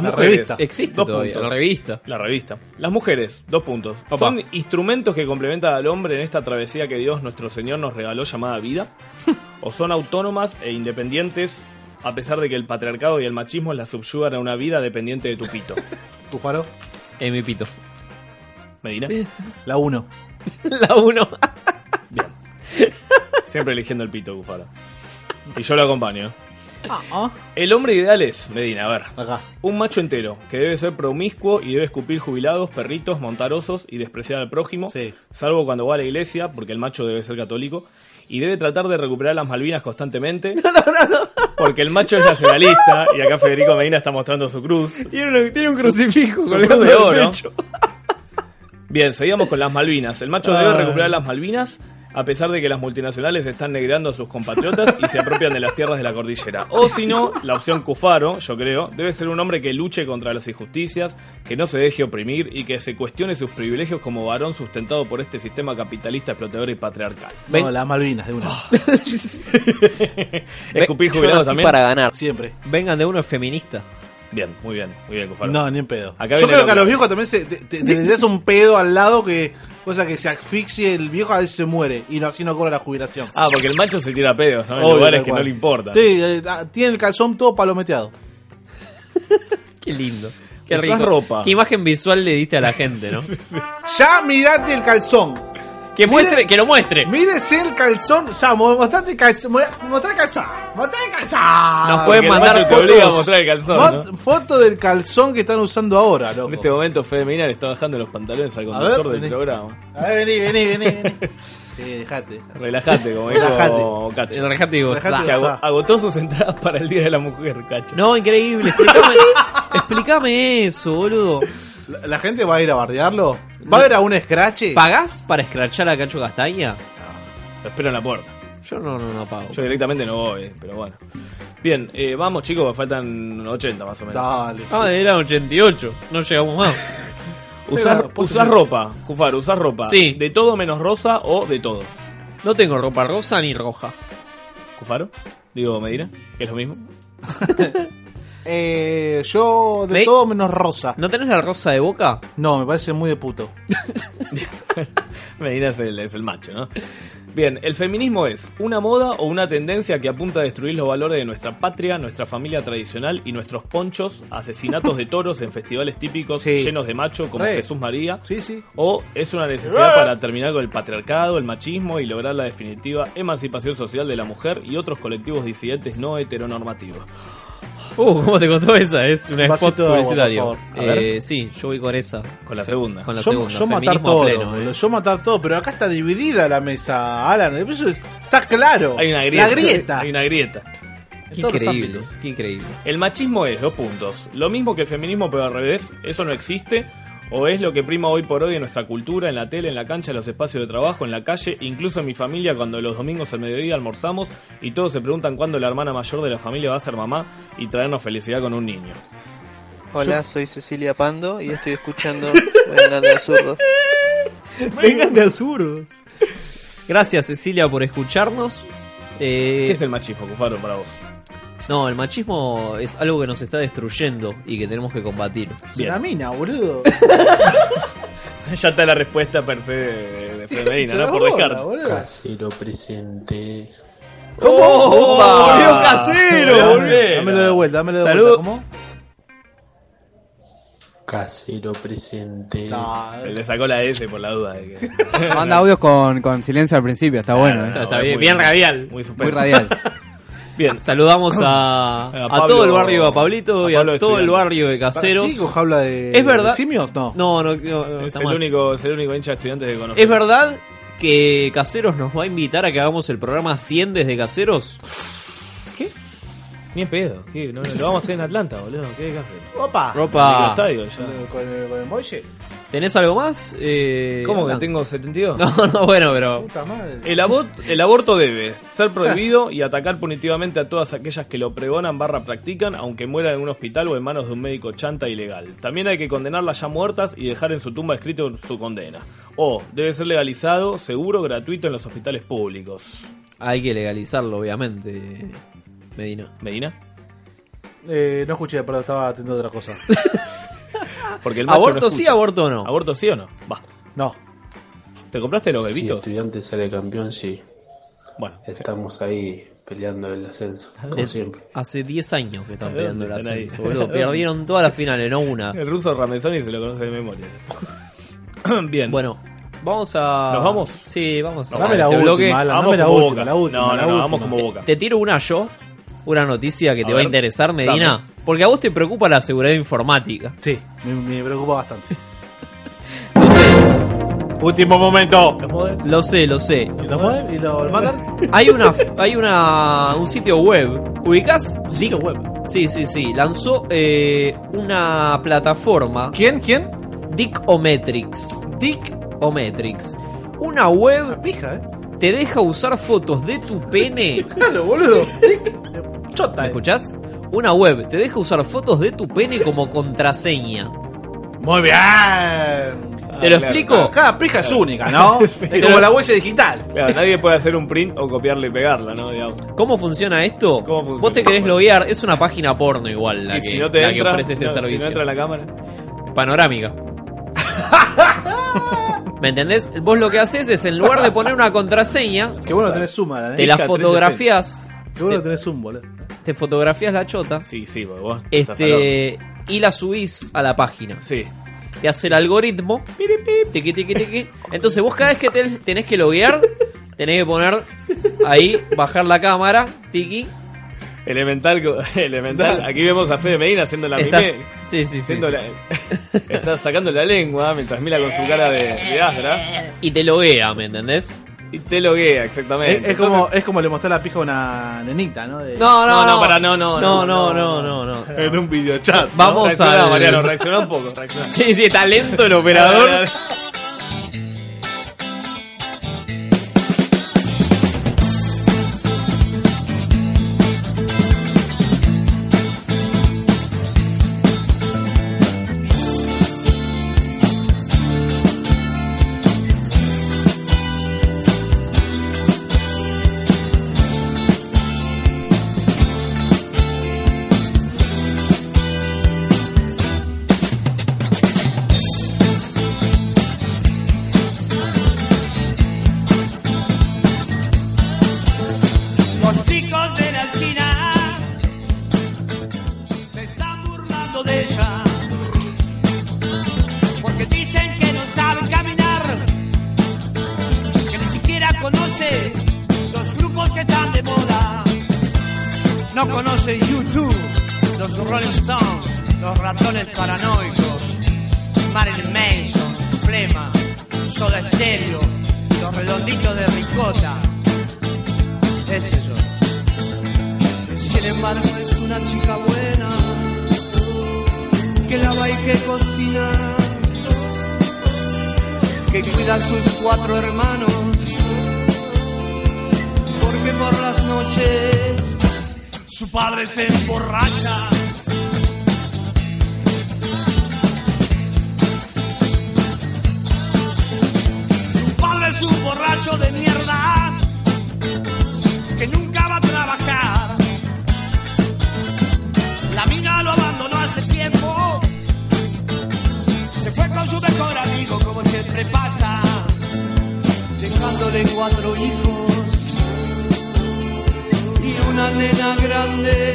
Speaker 8: La
Speaker 10: mujeres.
Speaker 8: revista. Existe
Speaker 10: dos
Speaker 8: todavía,
Speaker 10: puntos.
Speaker 8: la
Speaker 10: revista. La revista. Las mujeres, dos puntos.
Speaker 8: Opa.
Speaker 10: Son instrumentos que complementan al hombre en esta travesía que Dios nuestro Señor nos regaló llamada vida. o son autónomas e independientes a pesar de que el patriarcado y el machismo las subyugan a una vida dependiente de tu pito.
Speaker 8: ¿Tu faro?
Speaker 10: Eh, mi pito. Medina.
Speaker 8: La 1.
Speaker 10: La 1. Siempre eligiendo el pito, Gufaro. Y yo lo acompaño. El hombre ideal es, Medina, a ver. Un macho entero, que debe ser promiscuo y debe escupir jubilados, perritos, montarosos y despreciar al prójimo, salvo cuando va a la iglesia, porque el macho debe ser católico, y debe tratar de recuperar las Malvinas constantemente, porque el macho es nacionalista, y acá Federico Medina está mostrando su cruz.
Speaker 9: Tiene un, tiene un
Speaker 10: Su-
Speaker 9: crucifijo
Speaker 10: su
Speaker 9: colgando
Speaker 10: cruz de
Speaker 9: del
Speaker 10: oro.
Speaker 9: pecho.
Speaker 10: Bien, seguimos con las Malvinas. El macho
Speaker 9: Ah.
Speaker 10: debe recuperar las Malvinas a pesar de que las multinacionales están negreando a sus compatriotas y se apropian de las tierras de la cordillera. O si no, la opción Cufaro, yo creo, debe ser un hombre que luche contra las injusticias, que no se deje oprimir y que se cuestione sus privilegios como varón sustentado por este sistema capitalista, explotador y patriarcal.
Speaker 8: No, las Malvinas, de una.
Speaker 10: Ah, Escupir jubilados también.
Speaker 8: Siempre.
Speaker 9: Vengan de uno feminista.
Speaker 10: Bien, muy bien, muy bien, Cufaro.
Speaker 8: No, ni en pedo.
Speaker 10: Acá
Speaker 8: Yo
Speaker 10: viene
Speaker 8: creo
Speaker 10: lo
Speaker 8: que a
Speaker 10: que-
Speaker 8: los viejos también se, te, te- te les des un pedo al lado que... Cosa que se asfixie el viejo, a veces se muere. Y no, así no cobra la jubilación.
Speaker 10: Ah, porque el macho se tira pedos, ¿no? En
Speaker 8: Obvio,
Speaker 10: lugares
Speaker 8: tal
Speaker 10: que
Speaker 8: cual.
Speaker 10: no le importan.
Speaker 8: Sí, eh, ah, tiene el calzón todo palometeado.
Speaker 9: Qué lindo. Qué
Speaker 10: Usás
Speaker 9: rico.
Speaker 10: ropa.
Speaker 9: Qué imagen visual le diste a la gente, ¿no?
Speaker 8: Ya mirate el calzón.
Speaker 9: Que muestre, que lo muestre.
Speaker 8: Mírese el calzón. Ya, mo- mostrate calzón. Mostrate calzón. Mostrate calzón.
Speaker 10: Nos pueden Porque el mandar macho te fotos. obliga a mostrar el calzón,
Speaker 8: Mot-
Speaker 10: ¿no?
Speaker 8: Foto del calzón que están usando ahora, loco.
Speaker 10: En este momento Fede Mina le está bajando los pantalones al conductor
Speaker 8: ver,
Speaker 10: del
Speaker 8: vení.
Speaker 10: programa.
Speaker 8: A ver, vení, vení, vení. vení. Sí, dejate.
Speaker 10: Relajate, como dijo
Speaker 8: Relajate.
Speaker 10: Cacho.
Speaker 9: Relajate y gozá.
Speaker 10: Que ago- agotó sus entradas para el Día de la Mujer, Cacho.
Speaker 9: No, increíble. Explícame, explícame eso, boludo.
Speaker 8: ¿La, la gente va a ir a bardearlo? ¿Va a haber a un escrache?
Speaker 9: ¿Pagás para escrachar a Cacho Castaña?
Speaker 10: Lo espero en la puerta.
Speaker 9: Yo no, no, no pago.
Speaker 10: Yo directamente no voy, eh, pero bueno. Bien, eh, vamos chicos, me faltan 80 más o menos.
Speaker 8: Dale.
Speaker 9: Ah, era 88. No llegamos más.
Speaker 10: Usar, usar ropa, Cufar, usar ropa.
Speaker 9: Sí.
Speaker 10: De todo menos rosa o de todo.
Speaker 9: No tengo ropa rosa ni roja.
Speaker 10: ¿Cufaro? Digo, Medina, que es lo mismo.
Speaker 8: Eh, yo de
Speaker 9: Me-
Speaker 8: todo menos rosa.
Speaker 9: ¿No tenés la rosa de boca?
Speaker 8: No, me parece muy de puto.
Speaker 10: Medina es el, es el macho, ¿no? Bien, el feminismo es una moda o una tendencia que apunta a destruir los valores de nuestra patria, nuestra familia tradicional y nuestros ponchos, asesinatos de toros en festivales típicos
Speaker 8: Sí.
Speaker 10: llenos de macho como
Speaker 8: Re.
Speaker 10: Jesús María.
Speaker 8: Sí, sí.
Speaker 10: O es una necesidad para terminar con el patriarcado, el machismo y lograr la definitiva emancipación social de la mujer y otros colectivos disidentes no heteronormativos.
Speaker 9: Uh, ¿cómo te contó esa? Es una
Speaker 10: Un
Speaker 9: spot
Speaker 10: vasito de agua,
Speaker 9: publicitario.
Speaker 10: por favor. A
Speaker 9: Eh,
Speaker 10: ver.
Speaker 9: sí, yo voy con esa.
Speaker 10: Con la segunda.
Speaker 9: Con la
Speaker 8: Yo,
Speaker 9: segunda.
Speaker 8: yo matar
Speaker 9: Feminismo a
Speaker 8: todo,
Speaker 9: pleno. eh.
Speaker 8: boludo, yo matar todo, pero acá está dividida la mesa, Alan. Eso es- está claro.
Speaker 10: Hay una grieta.
Speaker 8: La grieta.
Speaker 10: Hay una grieta.
Speaker 9: Qué increíble, qué increíble.
Speaker 10: El machismo es, dos puntos. Lo mismo que el feminismo, pero al revés. Eso no existe. O es lo que prima hoy por hoy en nuestra cultura, en la tele, en la cancha, en los espacios de trabajo, en la calle, incluso en mi familia cuando los domingos al mediodía almorzamos y todos se preguntan cuándo la hermana mayor de la familia va a ser mamá y traernos felicidad con un niño.
Speaker 11: Hola, soy Cecilia Pando y estoy escuchando Vengan de Absurdo.
Speaker 9: Vengan de Azuros. Gracias Cecilia por escucharnos. Eh,
Speaker 10: ¿Qué es el machismo, Cufaro, para vos?
Speaker 9: No, el machismo es algo que nos está destruyendo y que tenemos que combatir.
Speaker 10: Bien.
Speaker 8: Una mina, boludo.
Speaker 10: ya está la respuesta per se de, de Femenina, ¿no? Por descarte.
Speaker 3: Casero presente.
Speaker 10: ¡Oh! ¡Volvió casero,
Speaker 8: Dame-
Speaker 10: volvé!
Speaker 8: Dámelo de vuelta, dámelo de
Speaker 10: Salud.
Speaker 8: vuelta. ¿Cómo?
Speaker 3: Casero presente.
Speaker 10: Le sacó la S por la duda. De que...
Speaker 12: Manda audios con, con silencio al principio, está bueno. ¿eh?
Speaker 9: Está, está bien, bien radial.
Speaker 10: Muy
Speaker 12: Muy radial.
Speaker 9: Bien, saludamos a, a,
Speaker 10: Pablo-
Speaker 9: todo el barrio, a Pablito y a
Speaker 10: Pablo
Speaker 9: todo el
Speaker 10: Estudiantes.
Speaker 9: barrio de caseros.
Speaker 8: ¿Sí? ¿Coja habla de
Speaker 9: ¿Es verdad?
Speaker 8: de simios? No.
Speaker 9: No, no, no, no,
Speaker 10: Es
Speaker 9: está
Speaker 10: el,
Speaker 9: mal.
Speaker 10: único, es el único hincha de estudiantes que conozco.
Speaker 9: ¿Es verdad que Caseros nos va a invitar a que hagamos el programa 100 desde Caseros?
Speaker 10: Ni en pedo. ¿qué? No, no, lo vamos a hacer en Atlanta, boludo. ¿Qué hay que hacer?
Speaker 14: Ah,
Speaker 8: Opa.
Speaker 9: Opa.
Speaker 10: En el estadio, ya.
Speaker 8: ¿Con, el, con el molle?
Speaker 9: ¿Tenés algo más? Eh,
Speaker 10: ¿Cómo que
Speaker 9: Hernán.
Speaker 10: tengo 72?
Speaker 9: No, no, bueno, pero...
Speaker 8: Puta madre.
Speaker 10: El, abot- el aborto debe ser prohibido
Speaker 9: Ah.
Speaker 10: y atacar punitivamente a todas aquellas que lo pregonan barra practican, aunque mueran en un hospital o en manos de un médico chanta ilegal. También hay que condenarlas ya muertas y dejar en su tumba escrito su condena. O, debe ser legalizado, seguro, gratuito en los hospitales públicos.
Speaker 9: Hay que legalizarlo, obviamente, Medina.
Speaker 10: ¿Medina?
Speaker 8: Eh, no escuché, perdón, estaba atento a otra cosa.
Speaker 10: Porque el macho
Speaker 9: ¿Aborto
Speaker 10: no
Speaker 9: sí,
Speaker 10: escucha.
Speaker 9: aborto no?
Speaker 10: ¿Aborto sí o no? Va.
Speaker 8: No.
Speaker 10: ¿Te compraste los
Speaker 3: Si
Speaker 10: bebitos?
Speaker 3: estudiante sale campeón, sí.
Speaker 10: Bueno.
Speaker 3: Estamos ahí peleando el ascenso, como
Speaker 9: De-
Speaker 3: siempre.
Speaker 9: Hace 10 años que están
Speaker 10: ¿De
Speaker 9: peleando
Speaker 10: dónde
Speaker 9: el
Speaker 10: están ahí?
Speaker 9: ascenso, boludo. Perdieron todas las finales, no una.
Speaker 10: El ruso Ramezoni se lo conoce de memoria. Bien.
Speaker 9: Bueno, vamos a...
Speaker 10: ¿Nos vamos?
Speaker 9: Sí, vamos a...
Speaker 10: Dame la
Speaker 9: este
Speaker 10: última,
Speaker 9: bloque.
Speaker 10: Alan, Vamos dame la como última, Boca. la última, No, no, la no, última. vamos como
Speaker 9: Te-
Speaker 10: Boca.
Speaker 9: Te, tiro una yo, una noticia que
Speaker 10: A
Speaker 9: te va a
Speaker 10: ver,
Speaker 9: interesar, Medina.
Speaker 10: dame.
Speaker 9: Porque a vos te preocupa la seguridad informática.
Speaker 8: Sí, me, me preocupa bastante. Último momento.
Speaker 9: Lo sé, lo sé.
Speaker 8: ¿Y los modem? ¿Y los mother?
Speaker 9: Hay una, hay una, un sitio web. ¿Ubicás?
Speaker 8: Sitio web.
Speaker 9: Sí, sí, sí. Lanzó eh, una plataforma.
Speaker 8: ¿Quién? ¿Quién?
Speaker 9: Dick Ometrics.
Speaker 8: Dick
Speaker 9: Ometrics. Una web.
Speaker 8: pija, eh.
Speaker 9: Te deja usar fotos de tu pene.
Speaker 10: Ah,
Speaker 8: Claro, boludo.
Speaker 9: ¿Me ¿eh? escuchás? Una web. Te deja usar fotos de tu pene como contraseña.
Speaker 8: Muy bien.
Speaker 9: ¿Te lo explico?
Speaker 8: Cada pija es única, ¿no? Es como la huella digital.
Speaker 10: Ah, Claro, nadie puede hacer un print o copiarla y pegarla, ¿no? Digamos.
Speaker 9: ¿Cómo funciona esto? Vos te querés loguear, es una página porno igual la,
Speaker 10: Y
Speaker 9: que,
Speaker 10: si no te
Speaker 9: la que
Speaker 10: entra,
Speaker 9: ofrece
Speaker 10: si
Speaker 9: este
Speaker 10: no, si no
Speaker 9: servicio.
Speaker 10: entra la cámara.
Speaker 9: Panorámica. ¿Me entendés? Vos lo que haces es, en lugar de poner una contraseña,
Speaker 8: Qué bueno tenés Zoom, Alan. eh.
Speaker 9: te la fotografías,
Speaker 8: Qué bueno tenés Zoom, boludo.
Speaker 9: te fotografías la chota,
Speaker 10: Sí, sí, porque vos. estás al horno.
Speaker 9: este, y la subís a la página.
Speaker 10: Sí.
Speaker 9: Te hace el algoritmo. piri, piri, tiqui, tiqui, tiqui. Entonces vos cada vez que te- tenés que loguear, tenés que poner ahí, bajar la cámara, tiki,
Speaker 10: Elemental, co- elemental. Aquí vemos a Fede Medina haciendo la
Speaker 9: Está-
Speaker 10: mimé.
Speaker 9: Sí, sí, sí,
Speaker 10: Haciendo
Speaker 9: sí.
Speaker 10: la- está sacando la lengua mientras mira con su cara de, de astra.
Speaker 9: y te loguea, ¿me entendés?
Speaker 10: Y te loguea, exactamente.
Speaker 8: Es, es como, es como le mostrar la pija a una nenita, ¿no? De-
Speaker 9: No, no,
Speaker 10: No, no,
Speaker 9: no,
Speaker 10: para, no, no,
Speaker 9: no, no,
Speaker 10: no,
Speaker 9: no, no, no.
Speaker 10: En un videochat.
Speaker 9: Vamos
Speaker 10: reacciona,
Speaker 9: al-
Speaker 10: Mariano, reacciona un poco. Reacciona.
Speaker 9: Sí, sí, está lento el operador.
Speaker 7: Los chicos de la esquina se están burlando de ella. Porque dicen que no saben caminar, que ni siquiera conoce los grupos que están de moda. No conoce YouTube, los Rolling Stones, los ratones paranoicos, Marilyn Manson, Flema, Soda Stereo, los redonditos de Ricota. Ese yo. Sin embargo es una chica buena Que lava y que cocina Que cuida a sus cuatro hermanos Porque por las noches Su padre se emborracha Su padre es un borracho de mierda que nunca solo su mejor amigo, como siempre pasa, dejándole cuatro hijos y una nena grande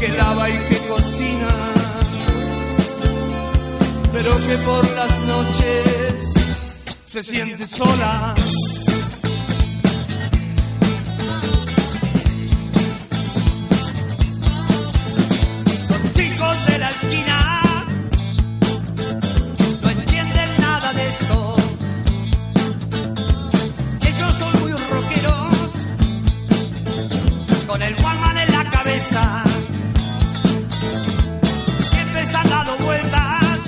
Speaker 7: que lava y que cocina, pero que por las noches se siente sola. chicos de la esquina no entienden nada de esto. Ellos son muy rockeros, con el Walkman en la cabeza. Siempre están dando vueltas,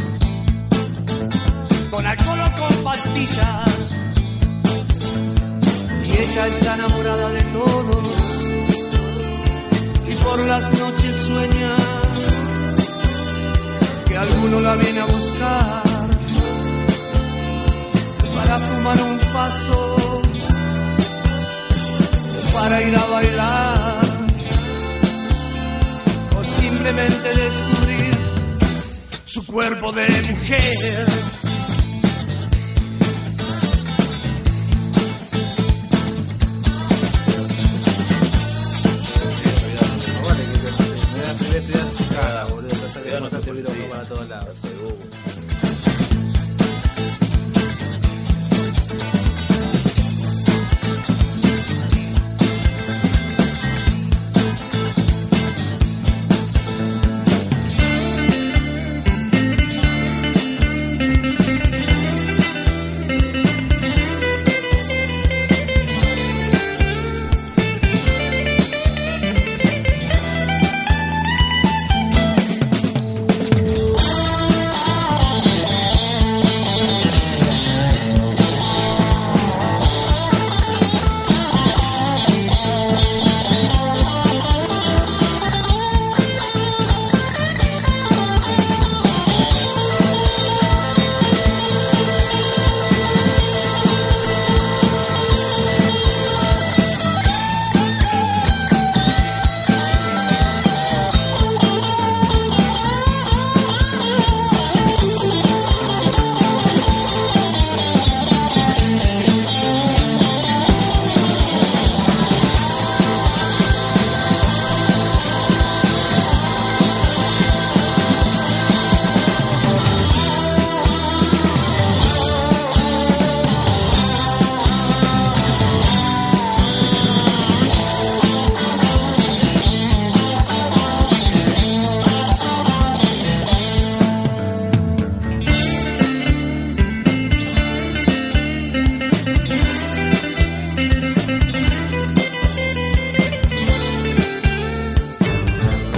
Speaker 7: con alcohol o con pastillas. Y ella está enamorada de todos, y por las noches sueña que alguno la viene a buscar para fumar un paso, para ir a bailar o simplemente descubrir su cuerpo de mujer.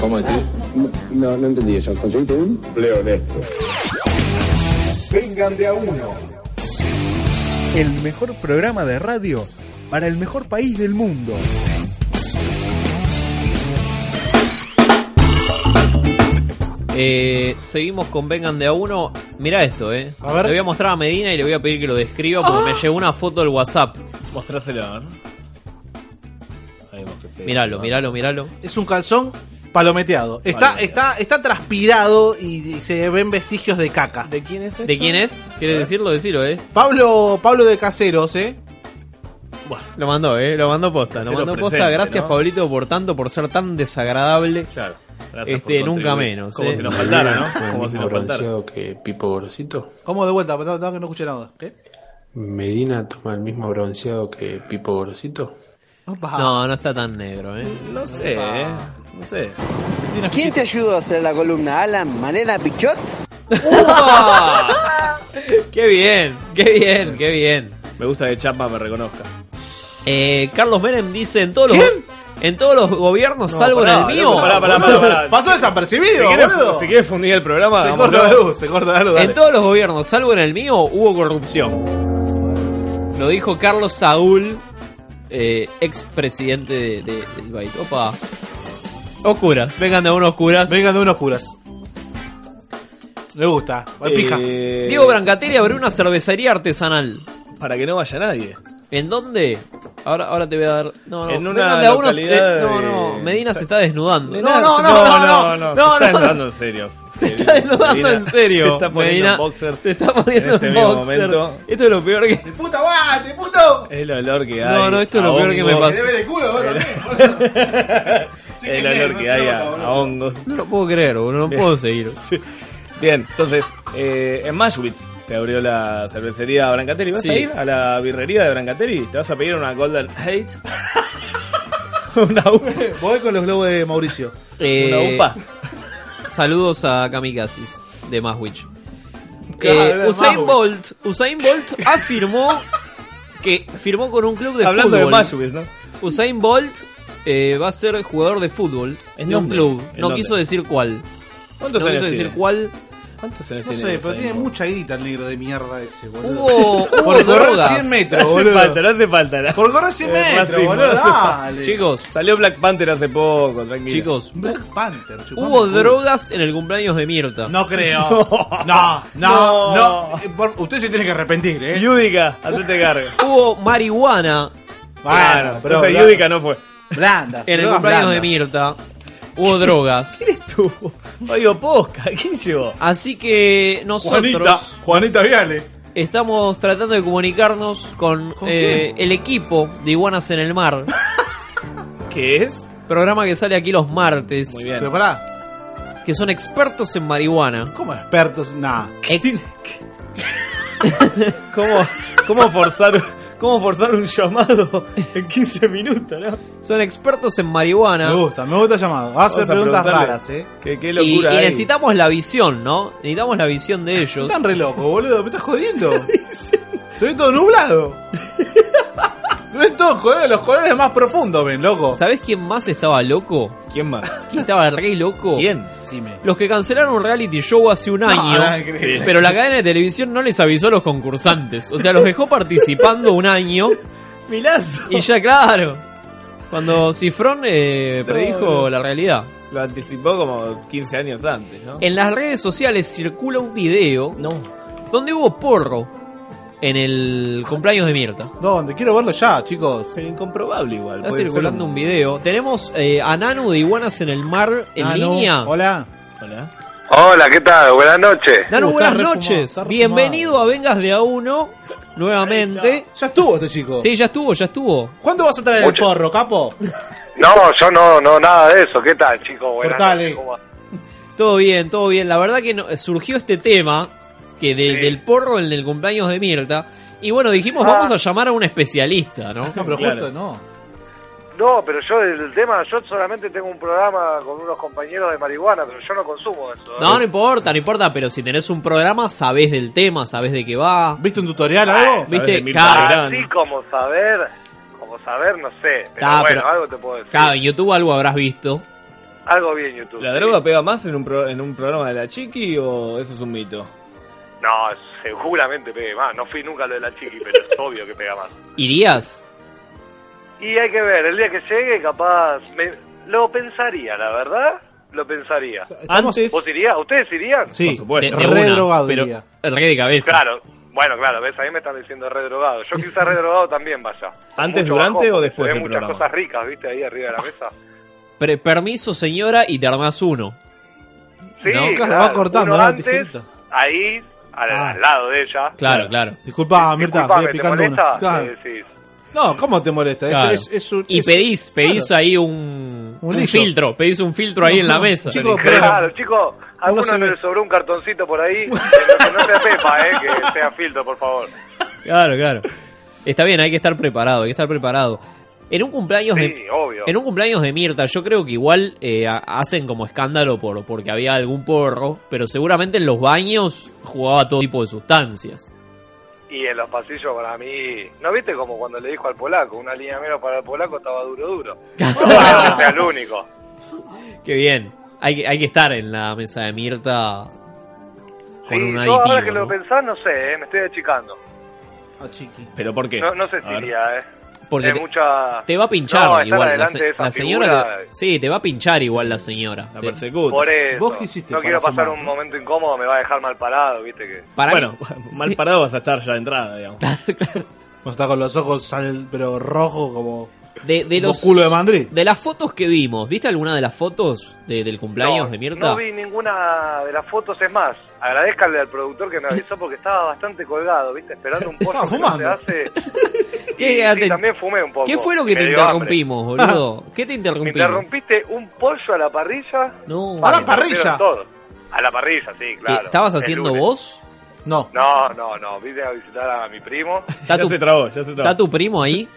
Speaker 13: ¿Cómo decir? No, no entendí eso. ¿Conseguiste un? Leonesto.
Speaker 19: Vengan de a uno. El mejor programa de radio para el mejor país del mundo.
Speaker 9: Eh, seguimos con Vengan de a uno. Mira esto, eh.
Speaker 10: A ver.
Speaker 9: Le voy a mostrar a Medina y le voy a pedir que lo describa porque me llegó una foto del WhatsApp.
Speaker 10: Mostrásela, ¿no? este,
Speaker 9: Míralo, míralo, míralo.
Speaker 8: Es un calzón palometeado. Está, está, está transpirado y, y se ven vestigios de caca. ¿De
Speaker 10: quién es
Speaker 9: ¿De quién es? ¿Quieres decirlo? Decirlo, eh.
Speaker 8: Pablo, Pablo de Caseros, eh.
Speaker 9: Lo mandó, eh. Lo mandó posta. Lo
Speaker 8: Casero
Speaker 9: mandó posta.
Speaker 8: presente,
Speaker 9: Gracias,
Speaker 8: ¿no?
Speaker 9: Pablito, por tanto, por ser tan desagradable.
Speaker 10: Claro.
Speaker 9: Este, nunca menos. eh.
Speaker 3: Como si que Pipo Gorosito.
Speaker 8: ¿Cómo de vuelta? No, no, que no escuché nada. ¿Qué?
Speaker 3: Medina toma el mismo bronceado que Pipo Gorosito.
Speaker 9: No, no está tan negro, eh. No
Speaker 10: sé, eh. No sé.
Speaker 14: ¿Quién te ayudó a hacer la columna? ¿Alan Manela Pichot?
Speaker 9: ¡Qué bien! ¡Qué bien! ¡Qué bien!
Speaker 10: Me gusta que Chapa me reconozca.
Speaker 9: Eh, Carlos Menem dice en todos los en todos los gobiernos
Speaker 10: No,
Speaker 9: salvo
Speaker 10: pará,
Speaker 9: en el mío.
Speaker 10: loco, pará, pará, pará, pará.
Speaker 8: Pasó desapercibido,
Speaker 10: Si quieres-
Speaker 8: boludo.
Speaker 10: Si quieres fundir el programa,
Speaker 8: Se
Speaker 10: hagámoslo.
Speaker 8: corta la luz, se corta la luz, dale.
Speaker 9: En todos los gobiernos salvo en el mío hubo corrupción. Lo dijo Carlos Saúl, eh, ex presidente de- de- del país. Opa. Oscuras, vengan de unos oscuras.
Speaker 8: Vengan de unos oscuras. Me gusta. Pija.
Speaker 10: Eh,
Speaker 9: Diego Brancatelli abrió una cervecería artesanal.
Speaker 10: Para que no vaya nadie.
Speaker 9: ¿En dónde? Ahora, ahora te voy a dar. No, no,
Speaker 10: En una
Speaker 9: Vengan de a unos-
Speaker 10: localidad
Speaker 9: eh, no,
Speaker 10: de-
Speaker 9: no, Medina se está desnudando. No,
Speaker 10: Medina
Speaker 9: no,
Speaker 10: se-
Speaker 9: no, no, no, no,
Speaker 10: no, se está
Speaker 9: no.
Speaker 10: desnudando en serio. Eh,
Speaker 9: Se está desnudando
Speaker 10: Medina
Speaker 9: en serio.
Speaker 10: Se está poniendo
Speaker 9: Medina
Speaker 10: en boxer.
Speaker 9: Se está poniendo
Speaker 10: en este
Speaker 9: en
Speaker 10: mismo
Speaker 9: boxer.
Speaker 10: momento.
Speaker 9: Esto es lo peor que.
Speaker 8: ¡Puta, guate, puto!
Speaker 10: El olor que hay.
Speaker 9: No, no, esto es lo
Speaker 10: a
Speaker 9: peor que me
Speaker 10: hongos.
Speaker 9: pasó.
Speaker 8: el culo, vos también,
Speaker 10: el olor que hay a, a hongos.
Speaker 9: No lo puedo creer, boludo, no
Speaker 10: Bien.
Speaker 9: puedo seguir.
Speaker 10: Sí. Bien, entonces, eh, en Mashwitz se abrió la cervecería Brancatelli. ¿Vas
Speaker 9: Sí.
Speaker 10: a ir a la birrería de Brancatelli? ¿Te vas a pedir una Golden Hate? una upa.
Speaker 8: Eh, Voy con los globos de Mauricio.
Speaker 9: Eh,
Speaker 10: Una upa.
Speaker 9: Saludos a Kamikazis de Maswich.
Speaker 10: Claro,
Speaker 9: Eh,
Speaker 10: era
Speaker 9: Usain
Speaker 10: Maswich.
Speaker 9: Bolt, Usain Bolt afirmó que firmó con un club de
Speaker 10: Hablando de
Speaker 9: fútbol.
Speaker 10: Mashwitz, ¿no?
Speaker 9: Usain Bolt eh, va a ser jugador de fútbol
Speaker 10: ¿En
Speaker 9: de
Speaker 10: dónde?
Speaker 9: un club.
Speaker 10: ¿En
Speaker 9: No
Speaker 10: dónde?
Speaker 9: quiso decir cuál.
Speaker 10: ¿Cuántos
Speaker 9: no
Speaker 10: años
Speaker 9: quiso decir
Speaker 10: tiene?
Speaker 9: cuál.
Speaker 10: ¿Cuántos años
Speaker 8: No
Speaker 10: tiene
Speaker 8: sé, pero
Speaker 10: Usain
Speaker 8: tiene
Speaker 10: Bolt?
Speaker 8: mucha guita el negro de mierda ese,
Speaker 19: Uh.
Speaker 8: boludo.
Speaker 9: Hubo-
Speaker 8: Por
Speaker 9: hubo
Speaker 8: correr
Speaker 9: drogas.
Speaker 8: 100 metros,
Speaker 10: No hace
Speaker 8: boludo.
Speaker 10: falta, no hace falta. ¿no?
Speaker 8: Por correr 100
Speaker 10: Eh,
Speaker 8: metros,
Speaker 10: racismo,
Speaker 8: boludo,
Speaker 10: no hace falta.
Speaker 8: dale.
Speaker 10: Chicos, salió Black Panther hace poco, tranquilo.
Speaker 9: Chicos,
Speaker 8: Black Panther, chupame
Speaker 9: Hubo
Speaker 8: el culo.
Speaker 9: drogas en el cumpleaños de Mirta.
Speaker 8: No creo. No, no, no. Eh, por- Usted se tiene que arrepentir, eh.
Speaker 10: Yudica, hacete cargo.
Speaker 9: Hubo marihuana
Speaker 10: Bueno,
Speaker 8: pero
Speaker 10: pero
Speaker 8: bla-
Speaker 10: Yudica no fue.
Speaker 8: Blanda.
Speaker 9: en el
Speaker 8: drogas
Speaker 9: cumpleaños de
Speaker 8: blandas.
Speaker 9: Mirta. Hubo drogas.
Speaker 10: ¿Quién estuvo? Oigo, posca, ¿quién llegó?
Speaker 9: Así que nosotros
Speaker 8: Juanita Viale.
Speaker 9: estamos tratando de comunicarnos con, eh, el equipo de Iguanas en el Mar.
Speaker 10: ¿Qué es?
Speaker 9: Programa que sale aquí los martes.
Speaker 10: Muy bien.
Speaker 8: Pero pará,
Speaker 9: Que son expertos en marihuana.
Speaker 8: ¿cómo expertos? Nah.
Speaker 9: Ex-
Speaker 10: ¿Cómo, cómo, forzar, ¿Cómo forzar un llamado en 15 minutos, no?
Speaker 9: son expertos en marihuana.
Speaker 8: Me gusta, me gusta el llamado. Va a hacer
Speaker 10: Vamos a
Speaker 8: preguntas
Speaker 10: preguntarle.
Speaker 8: raras, eh.
Speaker 10: ¿Qué, qué
Speaker 9: Y,
Speaker 10: locura
Speaker 9: y
Speaker 10: hay.
Speaker 9: necesitamos la visión, ¿no? Necesitamos la visión de ellos.
Speaker 8: Están re locos, boludo. Me estás jodiendo. Se ve todo nublado. No es todo colores, los colores más profundos, ven, loco.
Speaker 9: ¿Sabés quién más estaba loco?
Speaker 10: ¿Quién más?
Speaker 9: ¿Quién estaba re loco?
Speaker 10: ¿Quién?
Speaker 8: Sí, me.
Speaker 9: Los que cancelaron un reality show hace un año,
Speaker 8: nada que ver.
Speaker 9: pero la cadena de televisión no les avisó a los concursantes. O sea, los dejó participando un año
Speaker 10: Milazo.
Speaker 9: y ya, claro. Cuando Cifrón eh, predijo
Speaker 10: no.
Speaker 9: la realidad.
Speaker 10: Lo anticipó como 15 años antes, ¿no?
Speaker 9: En las redes sociales circula un video
Speaker 10: No.
Speaker 9: donde hubo porro en el cumpleaños de Mirta.
Speaker 8: ¿Dónde? Quiero verlo ya, chicos.
Speaker 10: Pero incomprobable igual.
Speaker 9: Está
Speaker 10: puede
Speaker 9: circulando
Speaker 10: ser
Speaker 9: un video. Tenemos eh, a Nanu de Iguanas en el Mar en
Speaker 8: Nanu,
Speaker 9: línea.
Speaker 8: Hola.
Speaker 10: Hola.
Speaker 2: Hola, ¿qué tal? Buenas noches.
Speaker 8: Uh, está
Speaker 9: Nanu, buenas
Speaker 8: refumado,
Speaker 9: noches.
Speaker 8: está refumado.
Speaker 9: Bienvenido a Vengas de a uno nuevamente.
Speaker 8: Ya estuvo este chico.
Speaker 9: Sí, ya estuvo, ya estuvo.
Speaker 8: ¿Cuándo vas a traer
Speaker 2: Mucho.
Speaker 8: el porro, capo?
Speaker 2: No, yo no, no, nada de eso. ¿Qué tal, chicos? Buenas
Speaker 8: Cortale.
Speaker 2: noches, ¿cómo va?
Speaker 9: Todo bien, todo bien. La verdad que no- surgió este tema que de- del porro en el cumpleaños de Mirta. Y bueno, dijimos,
Speaker 2: Ah.
Speaker 9: vamos a llamar a un especialista, ¿no?
Speaker 8: No, pero
Speaker 10: Claro.
Speaker 8: justo no.
Speaker 2: No, pero yo el tema, yo solamente tengo un programa con unos compañeros de marihuana, pero yo no consumo eso. ¿eh?
Speaker 9: No, no importa, no importa, pero si tenés un programa, sabés del tema, sabés de qué va.
Speaker 8: ¿Viste un tutorial algo?
Speaker 10: Sabés
Speaker 9: ¿Viste?
Speaker 10: de Mirta
Speaker 9: Claro.
Speaker 10: Legrand.
Speaker 2: Así como saber, como saber, no sé. Pero
Speaker 9: Ah,
Speaker 2: bueno,
Speaker 9: pero-
Speaker 2: algo te puedo decir.
Speaker 9: Claro, en YouTube algo habrás visto.
Speaker 2: Algo bien YouTube.
Speaker 10: ¿La
Speaker 2: sí.
Speaker 10: droga pega más en un, pro- en un programa de la chiqui o eso es un mito?
Speaker 2: No, seguramente pegue más. No fui nunca a lo de la chiqui, pero es obvio que pega más.
Speaker 9: ¿Irías?
Speaker 2: Y hay que ver, el día que llegue, capaz... me- Lo pensaría, la verdad, lo pensaría.
Speaker 10: Antes,
Speaker 2: ¿Vos irías? ¿Ustedes irían?
Speaker 8: Sí,
Speaker 10: por supuesto.
Speaker 9: De- de
Speaker 8: re
Speaker 9: una,
Speaker 8: drogado
Speaker 9: pero-
Speaker 8: diría.
Speaker 9: El rey de cabeza.
Speaker 2: Claro, bueno, claro, ves, a mí me están diciendo redrogado. Yo quizás redrogado también vaya.
Speaker 10: ¿Antes, durante
Speaker 2: bajón,
Speaker 10: o
Speaker 2: porque
Speaker 10: después del
Speaker 2: se ven muchas
Speaker 10: programa?
Speaker 2: cosas ricas, viste, ahí arriba de la mesa.
Speaker 9: Pre- permiso, señora, y te armás uno.
Speaker 2: Sí,
Speaker 9: No, claro,
Speaker 8: va cortando,
Speaker 2: uno
Speaker 8: ¿no?
Speaker 2: antes,
Speaker 8: Tijerita.
Speaker 2: ahí, al,
Speaker 8: Ah.
Speaker 2: al lado de ella.
Speaker 9: Claro, claro.
Speaker 8: Disculpa, Mirta,
Speaker 2: Disculpame,
Speaker 8: voy
Speaker 2: ¿te
Speaker 8: picando
Speaker 2: molesta?
Speaker 8: una. Claro.
Speaker 2: Le decís.
Speaker 8: No, ¿cómo te molesta? Es-
Speaker 9: Claro.
Speaker 8: Es, es un-
Speaker 9: Y
Speaker 8: es-
Speaker 9: pedís, pedís ahí un, un
Speaker 8: lillo.
Speaker 9: filtro, pedís un filtro ahí en la
Speaker 8: No,
Speaker 9: mesa.
Speaker 8: chico, pero-
Speaker 2: Claro, chicos, a alguno
Speaker 8: se ve.
Speaker 2: le sobró un cartoncito por ahí. que no- que no sea Pepa, eh, que sea filtro, por favor.
Speaker 9: Claro, claro. Está bien, hay que estar preparado, hay que estar preparado. En un cumpleaños
Speaker 2: Sí,
Speaker 9: de
Speaker 2: obvio.
Speaker 9: en un cumpleaños de Mirta, yo creo que igual eh, ha- hacen como escándalo por porque había algún porro, pero seguramente en los baños jugaba todo tipo de sustancias.
Speaker 2: Y en los pasillos para mí... ¿No viste como cuando le dijo al polaco? Una línea menos para el polaco estaba duro, duro. No sea el único.
Speaker 9: Qué bien. Hay que, hay que estar en la mesa de Mirta con
Speaker 2: Sí,
Speaker 9: un
Speaker 2: yo
Speaker 9: aditivo,
Speaker 2: ahora que
Speaker 9: ¿no?
Speaker 2: lo pensás, no sé, eh, me estoy achicando.
Speaker 8: Ah, chiqui.
Speaker 10: ¿Pero por qué?
Speaker 2: No, no sé si
Speaker 10: A ver.
Speaker 2: iría, eh.
Speaker 9: Porque
Speaker 2: Es
Speaker 9: te,
Speaker 2: mucha...
Speaker 9: te va a pinchar
Speaker 2: No, estar
Speaker 9: igual. La,
Speaker 2: adelante
Speaker 9: se-
Speaker 2: de esa
Speaker 9: la señora.
Speaker 2: figura-
Speaker 9: te- sí, te va a pinchar igual la señora.
Speaker 10: La
Speaker 9: Te-
Speaker 10: persecuta.
Speaker 2: Por eso.
Speaker 8: ¿Vos qué hiciste
Speaker 2: no
Speaker 8: para
Speaker 2: quiero pasar
Speaker 8: fumar?
Speaker 2: un momento incómodo, me va a dejar mal parado, viste que...
Speaker 9: para
Speaker 10: bueno,
Speaker 9: mí-
Speaker 10: mal
Speaker 9: sí.
Speaker 10: parado vas a estar ya de entrada, digamos.
Speaker 8: No está con los ojos, sal- pero rojo como.
Speaker 9: De, de
Speaker 8: Como
Speaker 9: los
Speaker 8: culo de Madrid.
Speaker 9: De las fotos que vimos, ¿viste alguna de las fotos de- del cumpleaños de Mirta?
Speaker 2: No vi ninguna de las fotos, es más, agradezcanle al productor que me avisó porque estaba bastante colgado, ¿viste? Esperando un pozo
Speaker 9: Estaba
Speaker 2: que no se
Speaker 9: fumando.
Speaker 2: hace.
Speaker 9: ¿Qué,
Speaker 2: Y sí,
Speaker 9: ate-
Speaker 2: también fumé un poco.
Speaker 9: ¿Qué fue lo que
Speaker 2: Me
Speaker 9: te
Speaker 2: dio
Speaker 9: interrumpimos,
Speaker 2: hambre.
Speaker 9: boludo? ¿Qué te
Speaker 2: Me
Speaker 9: interrumpimos?
Speaker 2: interrumpiste un pollo a la parrilla.
Speaker 9: No.
Speaker 2: Me interrumpieron todo. A la parrilla, sí,
Speaker 9: ¿Qué,
Speaker 2: claro.
Speaker 9: ¿Estabas
Speaker 2: El
Speaker 9: haciendo
Speaker 2: lunes.
Speaker 9: vos? No.
Speaker 2: No, no, no. Vine a visitar a mi primo.
Speaker 9: ¿Está tu, ¿Está tu primo ahí?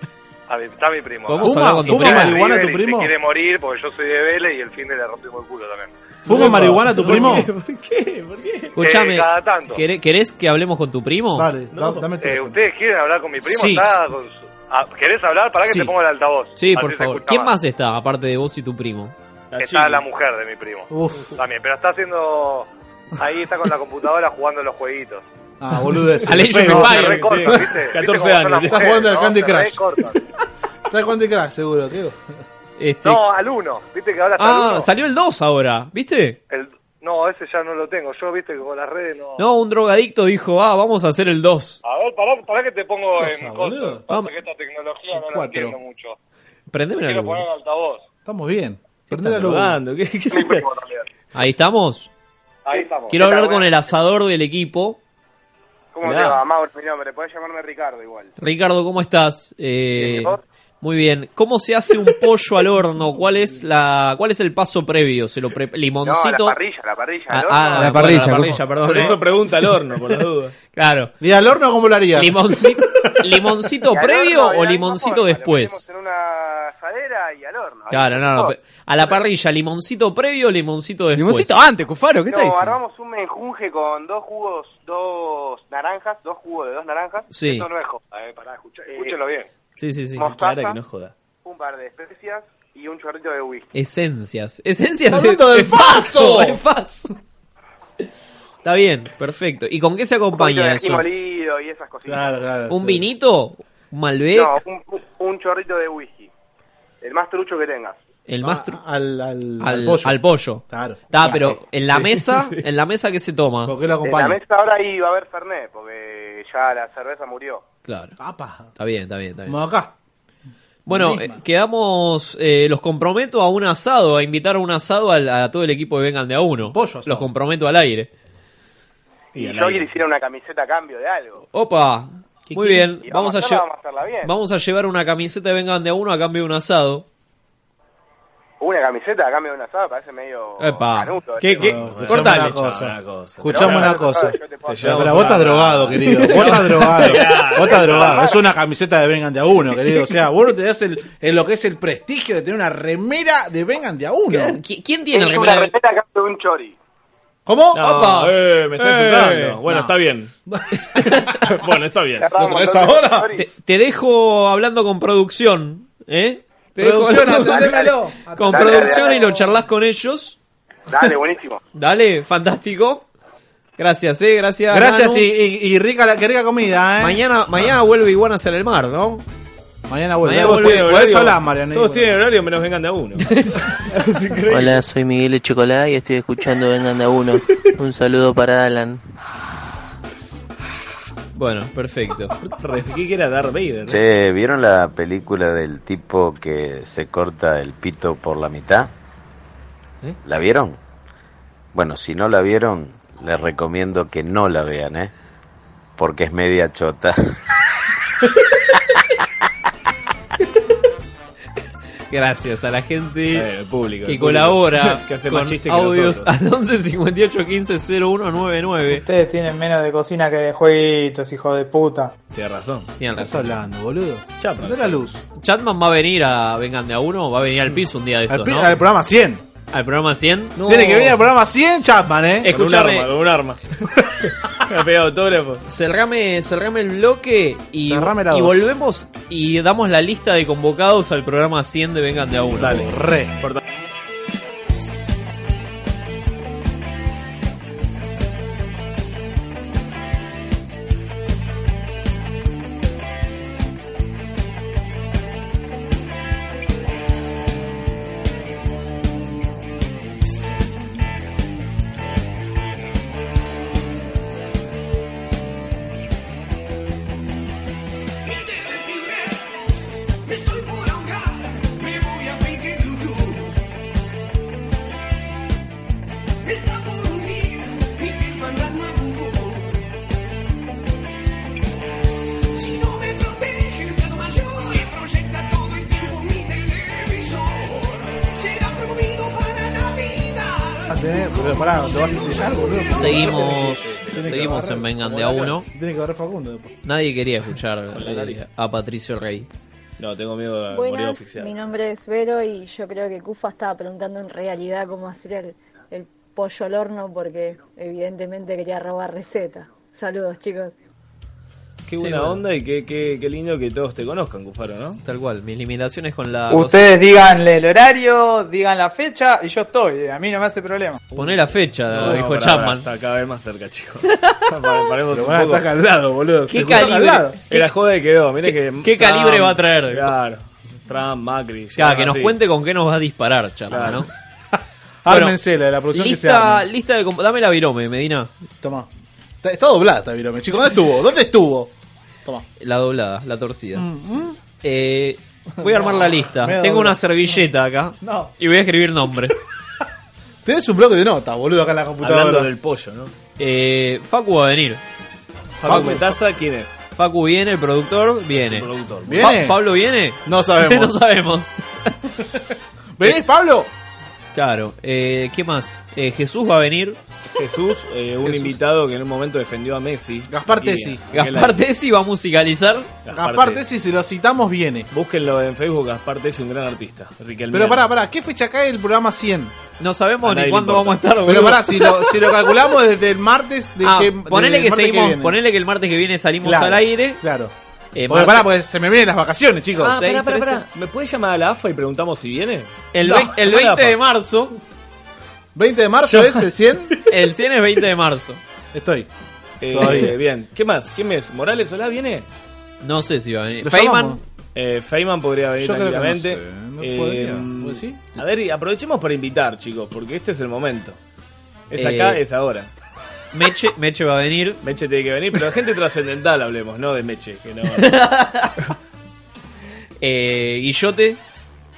Speaker 2: A mi- está mi primo.
Speaker 9: ¿Podemos hablar con tu primo?
Speaker 2: River
Speaker 9: marihuana tu
Speaker 2: y se
Speaker 9: primo?
Speaker 2: quiere morir porque yo soy de Vélez y el fin de le rompimos el culo también.
Speaker 9: ¿Fuma marihuana tu primo?
Speaker 10: ¿Por qué? ¿Por qué?
Speaker 9: Escuchame,
Speaker 2: Eh, cada tanto.
Speaker 9: ¿queré- ¿querés que hablemos con tu primo? Dale, dame
Speaker 2: Eh, ¿Ustedes quieren hablar con mi primo?
Speaker 9: Sí.
Speaker 2: Está con su- ah, ¿Querés hablar? ¿Para que
Speaker 9: Sí.
Speaker 2: te pongo el altavoz?
Speaker 9: Sí,
Speaker 2: Así
Speaker 9: por
Speaker 2: se
Speaker 9: favor.
Speaker 2: escucha
Speaker 9: ¿Quién más está, aparte de vos y tu primo?
Speaker 2: Está la mujer de mi primo.
Speaker 9: Uf.
Speaker 2: También, pero está haciendo... Ahí está con la computadora jugando los jueguitos.
Speaker 8: Ah, boludo ese.
Speaker 9: A Age of
Speaker 8: Pero-
Speaker 9: Empires,
Speaker 2: Recortan, ¿viste? ¿Viste cómo son las
Speaker 8: Está
Speaker 2: mujeres,
Speaker 8: jugando al
Speaker 2: no?
Speaker 8: Candy
Speaker 2: Se
Speaker 8: Crush.
Speaker 2: recortan.
Speaker 8: Está al Candy Crush, seguro, tío.
Speaker 9: Este-
Speaker 2: No, al uno. ¿Viste que ahora está
Speaker 9: ah,
Speaker 2: al
Speaker 9: salió el 2 ahora, ¿viste?
Speaker 2: uno? El- No, ese ya no lo tengo. Yo, viste, que con las redes no...
Speaker 9: No, un drogadicto dijo, ah, vamos a hacer el 2.
Speaker 2: A ver, pará, pará que te pongo
Speaker 9: Cosa,
Speaker 2: en
Speaker 9: boludo.
Speaker 2: cosa.
Speaker 9: Vamos.
Speaker 2: Porque esta tecnología no la
Speaker 9: Cuatro.
Speaker 2: entiendo mucho.
Speaker 9: Prendeme la
Speaker 2: Quiero
Speaker 9: luz.
Speaker 2: poner el altavoz.
Speaker 8: Estamos bien.
Speaker 9: Prendeme
Speaker 8: la luz.
Speaker 9: ¿Qué, qué es esto? Ahí estamos.
Speaker 15: Ahí estamos.
Speaker 9: Quiero
Speaker 15: ¿Qué tal,
Speaker 9: hablar con
Speaker 15: buenas?
Speaker 9: el asador del equipo.
Speaker 15: ¿Cómo
Speaker 9: Hola.
Speaker 15: te va, Mauro? Mi nombre, podés llamarme Ricardo igual.
Speaker 9: Ricardo, ¿cómo estás? Eh, muy bien. ¿Cómo se hace un pollo al horno? ¿Cuál es la cuál es el paso previo? ¿Se lo pre- limoncito?
Speaker 15: No, la parrilla, la parrilla.
Speaker 9: Ah,
Speaker 15: al horno.
Speaker 9: ah,
Speaker 15: La
Speaker 9: bueno,
Speaker 15: parrilla,
Speaker 9: la parrilla, perdón. ¿eh?
Speaker 10: Por eso pregunta al horno, por la duda.
Speaker 9: Claro.
Speaker 8: ¿Y al horno cómo lo harías?
Speaker 9: ¿Limoncito, limoncito
Speaker 15: Y al
Speaker 9: previo
Speaker 15: horno, y
Speaker 9: o
Speaker 15: de la
Speaker 9: limoncito
Speaker 15: misma forma,
Speaker 9: después?
Speaker 15: Lo metemos en una asadera y al horno.
Speaker 9: Claro, no, no,
Speaker 15: No,
Speaker 9: pe- A la parrilla, limoncito previo o limoncito después.
Speaker 15: Limoncito
Speaker 12: antes, Cufaro,
Speaker 15: No, armamos un menjunje con dos jugos, dos naranjas, dos jugos de dos naranjas.
Speaker 9: Sí.
Speaker 15: Esto no es joda, eh, pará, escucha- escúchelo bien.
Speaker 9: Sí, sí, sí.
Speaker 15: Mostaza.
Speaker 9: Clara que no joda.
Speaker 15: Un par de especias y un chorrito de whisky.
Speaker 9: Esencias. Esencias
Speaker 15: Hablando del
Speaker 9: faso.
Speaker 15: faso.
Speaker 9: del faso. Está bien, perfecto. ¿Y con qué se
Speaker 15: Un
Speaker 9: acompaña
Speaker 15: de ají
Speaker 9: eso?
Speaker 15: molido y esas cositas.
Speaker 9: ¿Un vinito? ¿Un Malbec?
Speaker 15: No, un, un- un chorrito de whisky. El más trucho que tengas.
Speaker 9: El más tru-
Speaker 8: Ah, al, al,
Speaker 9: al
Speaker 8: pollo.
Speaker 9: pollo.
Speaker 8: Claro.
Speaker 9: Está, pero en la
Speaker 8: Sí.
Speaker 9: mesa, en la mesa que se toma.
Speaker 8: ¿Por qué la
Speaker 15: En la mesa ahora iba a haber Fernet, porque ya la cerveza murió.
Speaker 9: Claro. Está bien, está bien, está bien.
Speaker 8: Vamos acá.
Speaker 9: Bueno, eh, quedamos, eh, los comprometo a un asado, a invitar a un asado al- a, todo el equipo que vengan de a uno. Los comprometo al aire.
Speaker 15: Y,
Speaker 9: al
Speaker 15: yo
Speaker 9: aire.
Speaker 15: quiero hicieron una camiseta a cambio de algo.
Speaker 9: Opa, muy
Speaker 15: quiere?
Speaker 9: bien.
Speaker 15: Y
Speaker 9: Vamos,
Speaker 15: vamos a hacerla,
Speaker 9: a lle-
Speaker 15: vamos a hacerla bien.
Speaker 9: vamos a llevar una camiseta de vengan de a uno a cambio de un asado.
Speaker 15: Una camiseta a cambio de un asado parece medio...
Speaker 9: Epa.
Speaker 15: canuto, este,
Speaker 9: ¿Qué,
Speaker 15: ¿viste?
Speaker 9: qué? Cortale.
Speaker 8: Escuchamos una cosa.
Speaker 15: Yo te puedo
Speaker 8: Pero vos estás drogado, querido. Vos estás drogado. Vos estás drogado. Es una camiseta de Vengan de a uno, querido. O sea, vos no te das el, en lo que es el prestigio de tener una remera de Vengan de a uno.
Speaker 9: ¿Quién
Speaker 15: Es una remera a cambio de un chori.
Speaker 9: ¡Oh,
Speaker 8: ¿Cómo?
Speaker 10: No,
Speaker 8: Opa.
Speaker 10: eh, me estás
Speaker 8: Eh,
Speaker 10: insultando. Bueno,
Speaker 8: no.
Speaker 10: está bien. bueno, está bien.
Speaker 9: Te, te dejo hablando con producción, ¿eh? Te
Speaker 8: Producción,
Speaker 9: hablando-
Speaker 8: atendémelo.
Speaker 9: Con
Speaker 8: Dale,
Speaker 9: producción
Speaker 8: dale,
Speaker 9: y lo charlas con ellos.
Speaker 15: Dale, buenísimo.
Speaker 9: Dale, fantástico. Gracias, eh, gracias.
Speaker 8: Gracias
Speaker 9: Manu.
Speaker 8: y, y- y rica la, qué rica comida, eh.
Speaker 9: Mañana, mañana vuelve Iguanas al el mar, ¿no?
Speaker 8: Mañana vuelve.
Speaker 9: Mañana
Speaker 8: Por-
Speaker 9: vuelve,
Speaker 8: por
Speaker 9: horario.
Speaker 8: eso hablas, Mariana.
Speaker 10: Todos tienen horario menos vengan de a uno.
Speaker 11: Hola, soy Miguel Echecolá y estoy escuchando Vengan de a uno. Un saludo para Alan.
Speaker 9: Bueno, perfecto.
Speaker 10: ¿Qué quiera Darth Vader?
Speaker 21: Che, ¿vieron la película del tipo que se corta el pito por la mitad?
Speaker 10: ¿Eh?
Speaker 21: ¿La vieron? Bueno, si no la vieron, les recomiendo que no la vean, ¿eh? Porque es media chota.
Speaker 9: Gracias a la gente
Speaker 10: Eh, el público,
Speaker 9: que
Speaker 10: el público.
Speaker 9: colabora
Speaker 10: Que hace más
Speaker 9: con
Speaker 10: chiste que
Speaker 9: audios
Speaker 10: nosotros.
Speaker 9: al 11 58 15 0199.
Speaker 22: Ustedes tienen menos de cocina que de jueguitos, hijo de puta.
Speaker 10: Tienes razón.
Speaker 9: Estás hablando,
Speaker 8: boludo.
Speaker 9: Chatman.
Speaker 8: la luz.
Speaker 9: Chatman va a venir a Vengan de a uno, va a venir al piso un día de
Speaker 8: Mm. Al,
Speaker 9: estos,
Speaker 8: pi-
Speaker 9: ¿no?
Speaker 8: al programa 100.
Speaker 9: Al programa 100.
Speaker 8: Tiene que venir al programa 100, Chapman, eh.
Speaker 9: Escuchame.
Speaker 10: Con un arma. Me ha pegado autógrafo.
Speaker 9: Cerrame, cerrame el bloque y,
Speaker 10: Cerrame la
Speaker 9: y
Speaker 10: dos.
Speaker 9: volvemos y damos la lista de convocados al programa 100 de Vengan de a uno. Dale,
Speaker 8: re.
Speaker 7: Ponte
Speaker 8: Ah, Pero pará, te vas a empezar, boludo.
Speaker 9: Seguimos,
Speaker 8: Tiene que
Speaker 9: seguimos
Speaker 8: agarrar
Speaker 9: en Vengan
Speaker 8: como
Speaker 9: de a
Speaker 8: la-
Speaker 9: uno.
Speaker 8: Tiene que agarrar Facundo después.
Speaker 9: Nadie quería escuchar
Speaker 10: Con la
Speaker 9: eh,
Speaker 10: nariz.
Speaker 9: a Patricio Rey.
Speaker 10: No, tengo miedo de morir
Speaker 23: Buenas,
Speaker 10: oficial.
Speaker 23: mi nombre es Vero y yo creo que Cufa estaba preguntando en realidad cómo hacer el, el pollo al horno porque evidentemente quería robar receta. Saludos chicos.
Speaker 10: Qué buena
Speaker 9: bueno.
Speaker 10: onda y qué, qué, qué lindo que todos te conozcan, Cufaro, ¿no?
Speaker 9: Tal cual, mis limitaciones con la...
Speaker 19: Ustedes díganle el horario, digan la fecha y yo estoy. A mí no me hace problema.
Speaker 9: Poné la fecha,
Speaker 10: No,
Speaker 9: dijo
Speaker 10: pará, pará,
Speaker 9: Chapman.
Speaker 10: está cada vez más cerca, chicos. Pare- Paremos
Speaker 9: Pero
Speaker 10: un
Speaker 8: Ah,
Speaker 9: van a
Speaker 10: poco.
Speaker 9: estar al lado, boludo. ¿Qué
Speaker 10: Se juntó
Speaker 9: calibre?
Speaker 10: al lado.
Speaker 9: ¿Qué-
Speaker 10: Que la joda que quedó, mire que.
Speaker 9: qué calibre va a
Speaker 10: traer? Claro. Trump, Macri.
Speaker 9: Claro,
Speaker 10: llegan
Speaker 9: que nos
Speaker 10: así.
Speaker 9: cuente con qué nos va a disparar, Chapman, ¿no?
Speaker 8: Ármense la de la producción Pues que se
Speaker 9: lista,
Speaker 8: arme.
Speaker 9: lista de... comp- Dame la virome, Medina.
Speaker 8: Toma. Está, está doblada esta virome, chicos. ¿Dónde estuvo? ¿Dónde estuvo? Toma.
Speaker 9: La doblada, la torcida. Eh, voy a armar la lista.
Speaker 8: Me da
Speaker 9: Tengo
Speaker 8: dolor.
Speaker 9: una servilleta acá.
Speaker 8: No.
Speaker 9: Y voy a escribir nombres.
Speaker 8: Tenés un bloque de notas, boludo, acá en la computadora.
Speaker 9: Hablando del
Speaker 10: pollo, ¿no?
Speaker 9: Eh, Facu va a venir.
Speaker 10: Facu Metaza, ¿quién es?
Speaker 9: Facu viene, el productor viene.
Speaker 10: El productor.
Speaker 8: ¿Viene?
Speaker 9: Pa- ¿Pablo viene?
Speaker 8: No sabemos.
Speaker 9: no sabemos.
Speaker 8: ¿Venís, Pablo?
Speaker 9: Claro. Eh, ¿Qué más? Eh, Jesús va a venir.
Speaker 10: Jesús, eh, un invitado que en un momento defendió a Messi.
Speaker 8: Gaspar
Speaker 10: Aquí,
Speaker 8: Tesi.
Speaker 10: aquel
Speaker 9: Gaspar
Speaker 10: año.
Speaker 9: Tesi va a musicalizar.
Speaker 8: Gaspar Tesi, si lo citamos, viene.
Speaker 10: Búsquenlo en Facebook, Gaspar Tesi, un gran artista. Riquelme.
Speaker 8: Pero pará, pará, ¿qué fecha cae el programa 100?
Speaker 9: No sabemos
Speaker 10: A nadie ni le cuándo importa. vamos a estar,
Speaker 8: Pero
Speaker 10: boludo.
Speaker 8: pará, si lo, si lo calculamos desde el martes. De
Speaker 9: Ah,
Speaker 8: que,
Speaker 9: ponele
Speaker 8: del
Speaker 9: que
Speaker 8: martes
Speaker 9: seguimos,
Speaker 8: viene.
Speaker 9: ponele que el martes que viene salimos
Speaker 8: Claro,
Speaker 9: al aire.
Speaker 8: Claro.
Speaker 9: Eh,
Speaker 8: Porque
Speaker 9: martes-
Speaker 8: pará, porque se me vienen las vacaciones, chicos.
Speaker 10: Ah,
Speaker 9: Seis,
Speaker 10: pará, pará,
Speaker 9: trece.
Speaker 10: pará. ¿Me puedes llamar a la AFA y preguntamos si viene?
Speaker 9: El,
Speaker 10: No,
Speaker 9: vein- el
Speaker 10: no la
Speaker 9: 20 de
Speaker 10: AFA.
Speaker 9: marzo.
Speaker 8: 20 de marzo es el 100.
Speaker 9: El 100 es 20 de marzo.
Speaker 8: Estoy.
Speaker 10: Eh,
Speaker 9: Todavía.
Speaker 10: bien. ¿Qué más? ¿Qué mes? ¿Morales Solá viene?
Speaker 9: No sé si va a venir.
Speaker 10: ¿Lo
Speaker 9: Feynman.
Speaker 10: llamamos? Eh, Feynman podría venir
Speaker 9: Yo creo que no
Speaker 10: tranquilamente. Eh,
Speaker 9: sé, ¿no podría? ¿Vos decís?
Speaker 10: A ver, y aprovechemos para invitar, chicos, porque este es el momento. Es
Speaker 9: Eh,
Speaker 10: acá, es ahora.
Speaker 9: Meche, Meche va a venir.
Speaker 10: Meche tiene que venir, pero de gente trascendental hablemos, no de Meche. Que no...
Speaker 9: eh, Guillote.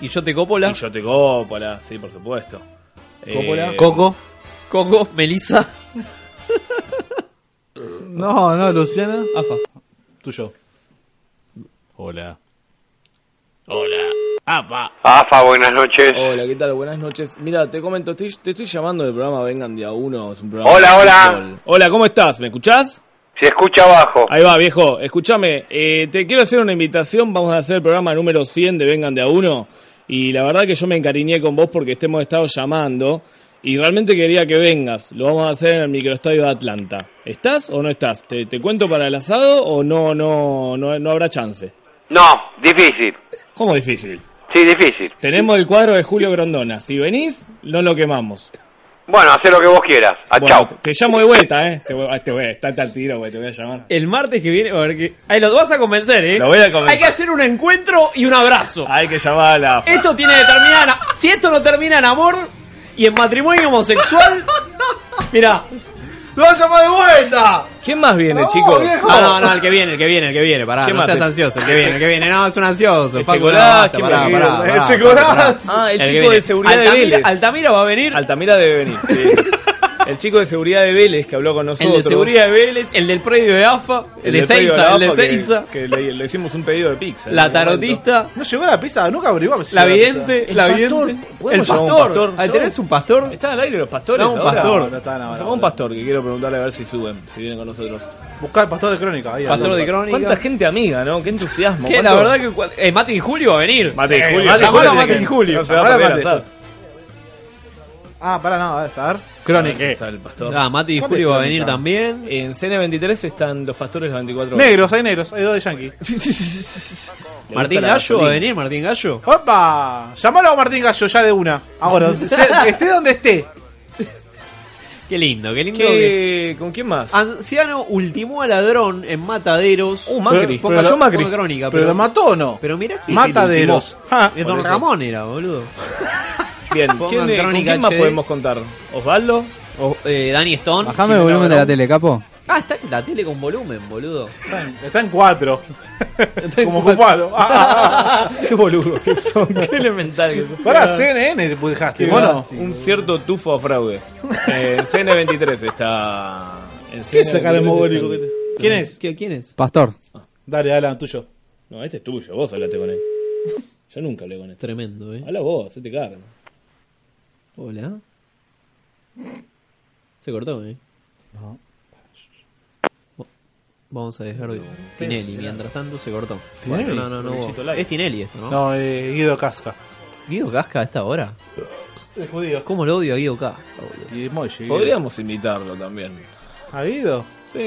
Speaker 9: Guillote Coppola.
Speaker 10: Guillote Coppola, sí, por supuesto.
Speaker 9: Coppola.
Speaker 10: Eh,
Speaker 8: Coco.
Speaker 9: Coco, Melissa.
Speaker 8: No, no, Luciana.
Speaker 9: Afa.
Speaker 8: Tuyo.
Speaker 10: Hola. Hola. Ah, AFA.
Speaker 24: AFA, buenas noches.
Speaker 10: Hola, ¿qué tal? Buenas noches. Mira, te comento, estoy- te estoy llamando del programa Vengan de a uno. es un programa
Speaker 24: Hola,
Speaker 10: de
Speaker 24: hola.
Speaker 10: fútbol. Hola, ¿cómo estás? ¿Me escuchás?
Speaker 24: Se escucha abajo.
Speaker 10: Ahí va, viejo. Escúchame, eh, te quiero hacer una invitación. Vamos a hacer el programa número 100 de Vengan de a uno. Y la verdad que yo me encariñé con vos porque te hemos estado llamando. Y realmente quería que vengas. Lo vamos a hacer en el microestadio de Atlanta. ¿Estás o no estás? ¿Te, te cuento para el asado o no, no, no, no habrá chance?
Speaker 24: No, difícil.
Speaker 10: ¿Cómo difícil?
Speaker 24: Sí, difícil.
Speaker 10: Tenemos el cuadro de Julio Grondona. Si venís, no lo quemamos.
Speaker 24: Bueno, hacé lo que vos quieras. Ah,
Speaker 10: Bueno,
Speaker 24: chau.
Speaker 10: Te llamo de vuelta, ¿eh? Te voy, ah, te voy, estate al tiro, güey, te voy a llamar.
Speaker 9: El martes que viene. A ver qué. Ahí lo vas a convencer, eh.
Speaker 10: Lo voy a convencer.
Speaker 9: Hay que hacer un encuentro y un abrazo.
Speaker 10: Hay que llamar a la.
Speaker 9: Esto tiene que terminar. en- Si esto no termina en amor y en matrimonio homosexual. Mirá.
Speaker 8: ¡Lo vas a llamar de vuelta!
Speaker 10: ¿Quién más viene,
Speaker 9: No, no, no, el que viene, el que viene, el que viene, pará,
Speaker 10: ¿Quién
Speaker 9: no
Speaker 10: más?
Speaker 9: seas ansioso, el que viene, el que viene, no, es un ansioso,
Speaker 10: El
Speaker 9: Facu, no,
Speaker 10: Checolás,
Speaker 9: basta,
Speaker 10: ¿quién
Speaker 9: pará,
Speaker 10: más
Speaker 9: pará,
Speaker 8: eh,
Speaker 10: viene?
Speaker 9: pará,
Speaker 10: El
Speaker 9: pará,
Speaker 10: Checolás.
Speaker 9: pará.
Speaker 10: Ah, el
Speaker 9: que
Speaker 10: chico
Speaker 9: viene.
Speaker 10: de seguridad de
Speaker 9: Altamira-
Speaker 10: Vélez.
Speaker 9: Altamira va a venir,
Speaker 10: Altamira debe venir. El chico de seguridad de Vélez que habló con
Speaker 9: el
Speaker 10: nosotros.
Speaker 9: de seguridad de Vélez, el del predio de AFA, el, de
Speaker 10: predio
Speaker 9: Seiza,
Speaker 10: la
Speaker 9: el de
Speaker 10: AFA que-
Speaker 9: Seiza,
Speaker 10: Que, le, le hicimos un pedido de pizza.
Speaker 9: La
Speaker 10: en ese momento.
Speaker 9: tarotista.
Speaker 8: No llegó la pizza, nunca averiguamos. si
Speaker 9: la
Speaker 8: llegó pizza.
Speaker 9: vidente, la vidente, el
Speaker 10: ¿Podemos llamar a un
Speaker 9: pastor,
Speaker 10: pastor?
Speaker 9: Ahí ¿tenés un pastor?
Speaker 10: Están al aire los pastores.
Speaker 9: No, un
Speaker 10: ahora?
Speaker 9: pastor.
Speaker 10: Nos llamamos a un pastor que quiero preguntarle a ver si suben, si vienen con nosotros.
Speaker 8: Buscá el pastor de crónica. Ahí,
Speaker 10: Pastor
Speaker 8: al-
Speaker 10: de crónica. ¿Cuánta gente amiga, no? Qué entusiasmo.
Speaker 9: Que la verdad que cua- eh, Mati y Julio va a venir.
Speaker 10: Mate y
Speaker 9: Sí,
Speaker 10: Julio.
Speaker 9: llamalo a
Speaker 10: Mate y
Speaker 9: Mati y
Speaker 10: Julio.
Speaker 9: Julio.
Speaker 10: No se va a perder
Speaker 8: Mate.
Speaker 10: asado.
Speaker 8: Ah, pará, no, a ver, a ver.
Speaker 10: Ahí está el pastor.
Speaker 9: Ah, Mati y
Speaker 10: ¿Cuál es
Speaker 9: Julio va a
Speaker 10: crónica?
Speaker 9: venir también.
Speaker 10: En CN23 están los pastores de 24 horas.
Speaker 8: Negros, hay negros, hay dos de Yankee.
Speaker 9: Martín
Speaker 10: Le gusta la
Speaker 9: Gallo va a
Speaker 10: gasolina.
Speaker 9: venir, Martín Gallo.
Speaker 8: ¡Opa! Llamalo a Martín Gallo ya de una. Ahora, se- esté donde esté.
Speaker 9: Qué lindo, qué lindo. que-
Speaker 10: ¿Qué- ¿Con quién más?
Speaker 9: Anciano ultimó a ladrón en Mataderos.
Speaker 10: Uh, Macri.
Speaker 9: Ponga-
Speaker 10: Pero-
Speaker 9: ponga
Speaker 10: Macri.
Speaker 9: crónica,
Speaker 8: ¿Pero lo mató o no?
Speaker 9: Pero mirá que
Speaker 8: Mataderos. Ah,
Speaker 9: Es
Speaker 10: por
Speaker 9: Don
Speaker 10: eso.
Speaker 9: Ramón era, boludo.
Speaker 10: Bien,
Speaker 9: Pongan
Speaker 10: ¿quién, eh, ¿con
Speaker 9: crónica,
Speaker 10: quién más
Speaker 9: che.
Speaker 10: podemos contar? ¿Osvaldo?
Speaker 9: O, eh, Danny Stone.
Speaker 12: Bajame el volumen de la tele, capo.
Speaker 9: Ah, está la tele con volumen, boludo.
Speaker 8: Está en cuatro. Como Cufaro.
Speaker 10: qué boludo que son, qué elemental que son.
Speaker 8: Pará, CNN te dejaste.
Speaker 10: Qué
Speaker 8: Bueno,
Speaker 10: básico. un cierto tufo a fraude. Eh, en CN23 está. En
Speaker 8: ¿qué
Speaker 10: CN23
Speaker 8: sacar el mogólico
Speaker 10: está-
Speaker 8: que te- ¿Quién es?
Speaker 9: ¿Quién es?
Speaker 12: Pastor.
Speaker 8: Dale, Alan, tuyo.
Speaker 10: No, este es tuyo, vos hablaste con él. Yo nunca hablé con él.
Speaker 9: Tremendo, eh.
Speaker 10: Habla vos, hacete cargo.
Speaker 9: Hola. Se cortó, ¿eh?
Speaker 12: No.
Speaker 9: Vamos a dejar Tinelli. Mientras tanto se cortó.
Speaker 8: ¿Tinelli?
Speaker 9: Bueno, no, no, no.
Speaker 8: Luisito
Speaker 9: hubo-
Speaker 8: Lai.
Speaker 9: Es Tinelli esto, ¿no?
Speaker 8: No, eh, Guido Casca.
Speaker 9: Guido Casca a esta hora.
Speaker 8: Es judío.
Speaker 9: ¿Cómo lo odio a Guido Casca?
Speaker 8: Y Moshi.
Speaker 10: Podríamos invitarlo también.
Speaker 8: ¿Ha ido?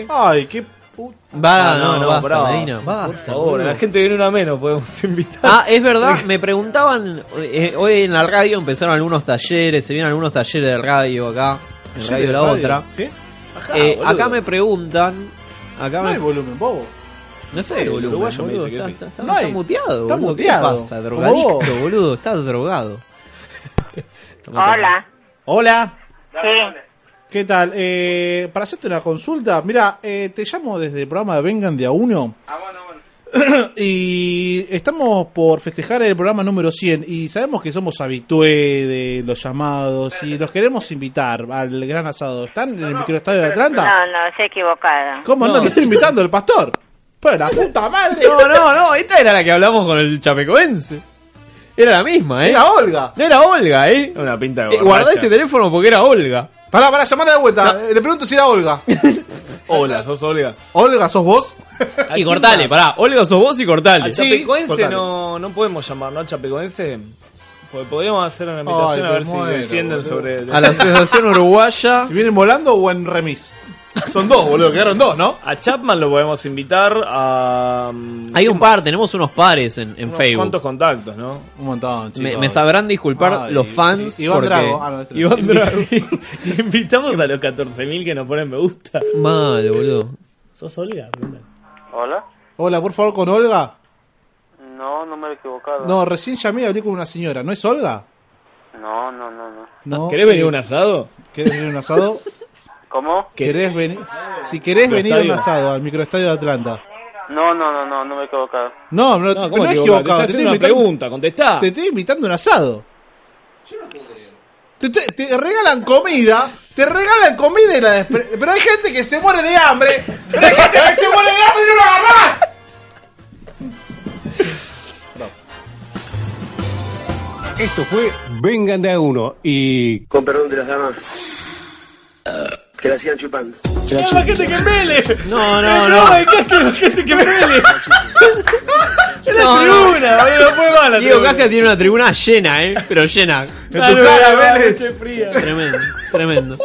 Speaker 8: Ay, qué puta.
Speaker 9: Va,
Speaker 10: Ah,
Speaker 9: no,
Speaker 10: no,
Speaker 9: basta,
Speaker 10: bravo.
Speaker 9: Medina, basta.
Speaker 10: Por favor, a la gente viene una menos, podemos invitar.
Speaker 9: Ah, es verdad, me preguntaban, eh, hoy en la radio empezaron algunos talleres, se vienen algunos talleres de radio acá, en
Speaker 8: ¿Talleres
Speaker 9: Radio
Speaker 8: de
Speaker 9: La
Speaker 8: radio?
Speaker 9: Otra.
Speaker 8: ¿Qué? Ajá,
Speaker 9: Eh,
Speaker 8: Ah, boludo.
Speaker 9: acá me preguntan, acá
Speaker 8: No
Speaker 9: me-
Speaker 8: hay volumen, bobo.
Speaker 9: no sé,
Speaker 8: El
Speaker 9: boludo,
Speaker 8: uruguayo me
Speaker 9: boludo,
Speaker 8: dice que
Speaker 9: está,
Speaker 8: sí.
Speaker 9: está- está-
Speaker 8: No hay.
Speaker 9: está muteado,
Speaker 8: Está
Speaker 9: boludo,
Speaker 8: muteado.
Speaker 9: ¿qué pasa?
Speaker 8: Como
Speaker 9: Drogadicto,
Speaker 8: vos.
Speaker 9: boludo, estás drogado.
Speaker 8: Hola. Hola.
Speaker 4: Sí.
Speaker 8: ¿Qué tal? Eh, para hacerte una consulta, mira, eh, te llamo desde el programa Vengan de a uno. y estamos por festejar el programa número 100 y sabemos que somos habitué de los llamados y los queremos invitar al gran asado. ¿Están en el microestadio de Atlanta?
Speaker 4: No, no, se ha equivocado.
Speaker 8: ¿Cómo no? Te estoy invitando el pastor. Pero la puta madre.
Speaker 9: No, no, no, esta era la que hablamos con el chapecoense. Era la misma, ¿eh?
Speaker 8: Era Olga.
Speaker 9: No era Olga, ¿eh?
Speaker 10: Una pinta de
Speaker 9: Eh, guardá
Speaker 10: borracha.
Speaker 9: ese teléfono porque era Olga.
Speaker 8: Pará, pará, llamar de vuelta. Eh, Le pregunto si era Olga.
Speaker 10: Hola, sos Olga.
Speaker 8: Olga, ¿sos vos?
Speaker 10: Ah,
Speaker 9: Y cortale, pará. Olga sos vos y cortale.
Speaker 10: Al Chapecoense no, no podemos llamar, ¿no? Al Chapecoense. Porque pues, podríamos hacer una
Speaker 8: Ay,
Speaker 10: invitación a
Speaker 8: me
Speaker 10: ver si
Speaker 8: muero,
Speaker 10: descienden
Speaker 8: boludo.
Speaker 10: sobre.
Speaker 9: A la Asociación Uruguaya.
Speaker 8: Si vienen volando o en remis. Son dos, boludo, quedaron dos, ¿no?
Speaker 10: A Chapman lo podemos invitar a. mm,
Speaker 9: Hay un par, tenemos unos pares en, en Facebook.
Speaker 10: ¿Cuántos contactos, no?
Speaker 8: Un montón,
Speaker 9: Me, me sabrán disculpar
Speaker 10: Ay,
Speaker 9: los fans.
Speaker 10: I- Iván
Speaker 9: porque...
Speaker 10: Drago. Ah, no, este no.
Speaker 9: Iván Drago.
Speaker 10: Invitamos a los 14.000 que nos ponen me gusta.
Speaker 9: Mal, boludo.
Speaker 10: ¿Sos Olga?
Speaker 15: ¿Hola?
Speaker 8: Hola, por favor, con Olga.
Speaker 15: No, no me he equivocado.
Speaker 8: No, recién llamé y hablé con una señora. ¿No es Olga?
Speaker 15: No, no, no, no.
Speaker 9: Ah,
Speaker 8: No. eh,
Speaker 10: ¿Querés venir a un asado?
Speaker 8: ¿Querés venir a un asado?
Speaker 15: ¿Cómo?
Speaker 8: ¿Querés venir? Si querés venir a un
Speaker 15: Microestadio.
Speaker 8: asado al microestadio de Atlanta.
Speaker 15: No, no, no, no, no me he equivocado.
Speaker 8: No, no, no,
Speaker 10: ¿cómo
Speaker 8: es
Speaker 10: equivocado?
Speaker 8: equivocado.
Speaker 10: Te estoy haciendo una pregunta,
Speaker 9: Ah.
Speaker 10: contestá.
Speaker 8: Te estoy invitando a un asado. Te, te- te regalan comida, te regalan comida y la despre- Pero hay gente que se muere de hambre. Pero hay gente que se muere de hambre y no la agarrás.
Speaker 25: Esto fue Vengan de a uno y.
Speaker 18: Con perdón de las damas. Que la sigan chupando.
Speaker 10: la gente que mele!
Speaker 9: No,
Speaker 18: no,
Speaker 10: no.
Speaker 18: no.
Speaker 10: la gente que mele! ¡Es la
Speaker 9: No, no.
Speaker 10: tribuna! oye, No fue mala.
Speaker 9: Diego Casca tiene una tribuna llena, ¿eh? Pero llena.
Speaker 10: Claro, era la noche fría.
Speaker 9: Tremendo, tremendo.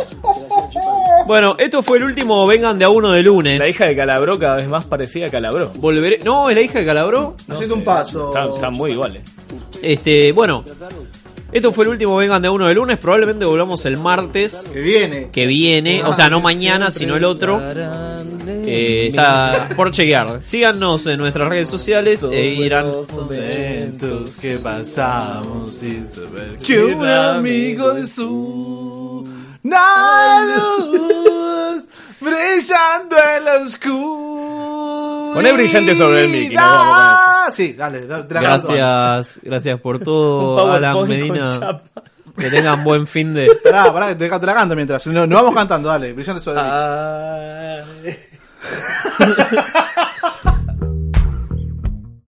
Speaker 9: Bueno, esto fue el último Vengan de a uno de lunes.
Speaker 10: La hija de Calabró cada vez más parecida a Calabró.
Speaker 9: Volveré. No, es la hija de Calabró.
Speaker 8: Hacete un paso.
Speaker 10: Están, están muy eh. iguales.
Speaker 9: Este, bueno. Esto fue el último Vengan de a uno de lunes. Probablemente volvamos el martes. Que
Speaker 8: viene.
Speaker 9: Que viene. O sea, no mañana, sino el otro. Eh, está por chequear. Síganos en nuestras redes sociales e irán.
Speaker 8: momentos que pasamos sin saber que un amigo es una luz brillando en la oscuridad.
Speaker 9: Poné brillante sobre el Mickey, nos vamos
Speaker 8: Ah, sí, dale, dale. te la canto.
Speaker 9: Gracias, gracias por
Speaker 8: Un
Speaker 9: todo,
Speaker 8: PowerPoint
Speaker 9: Alan
Speaker 8: con
Speaker 9: Medina.
Speaker 8: chapa.
Speaker 9: Que tengan buen fin de.
Speaker 8: Pará, pará, que te, te la canto mientras. No, Nos vamos cantando, dale. Brillante sobre el Mickey.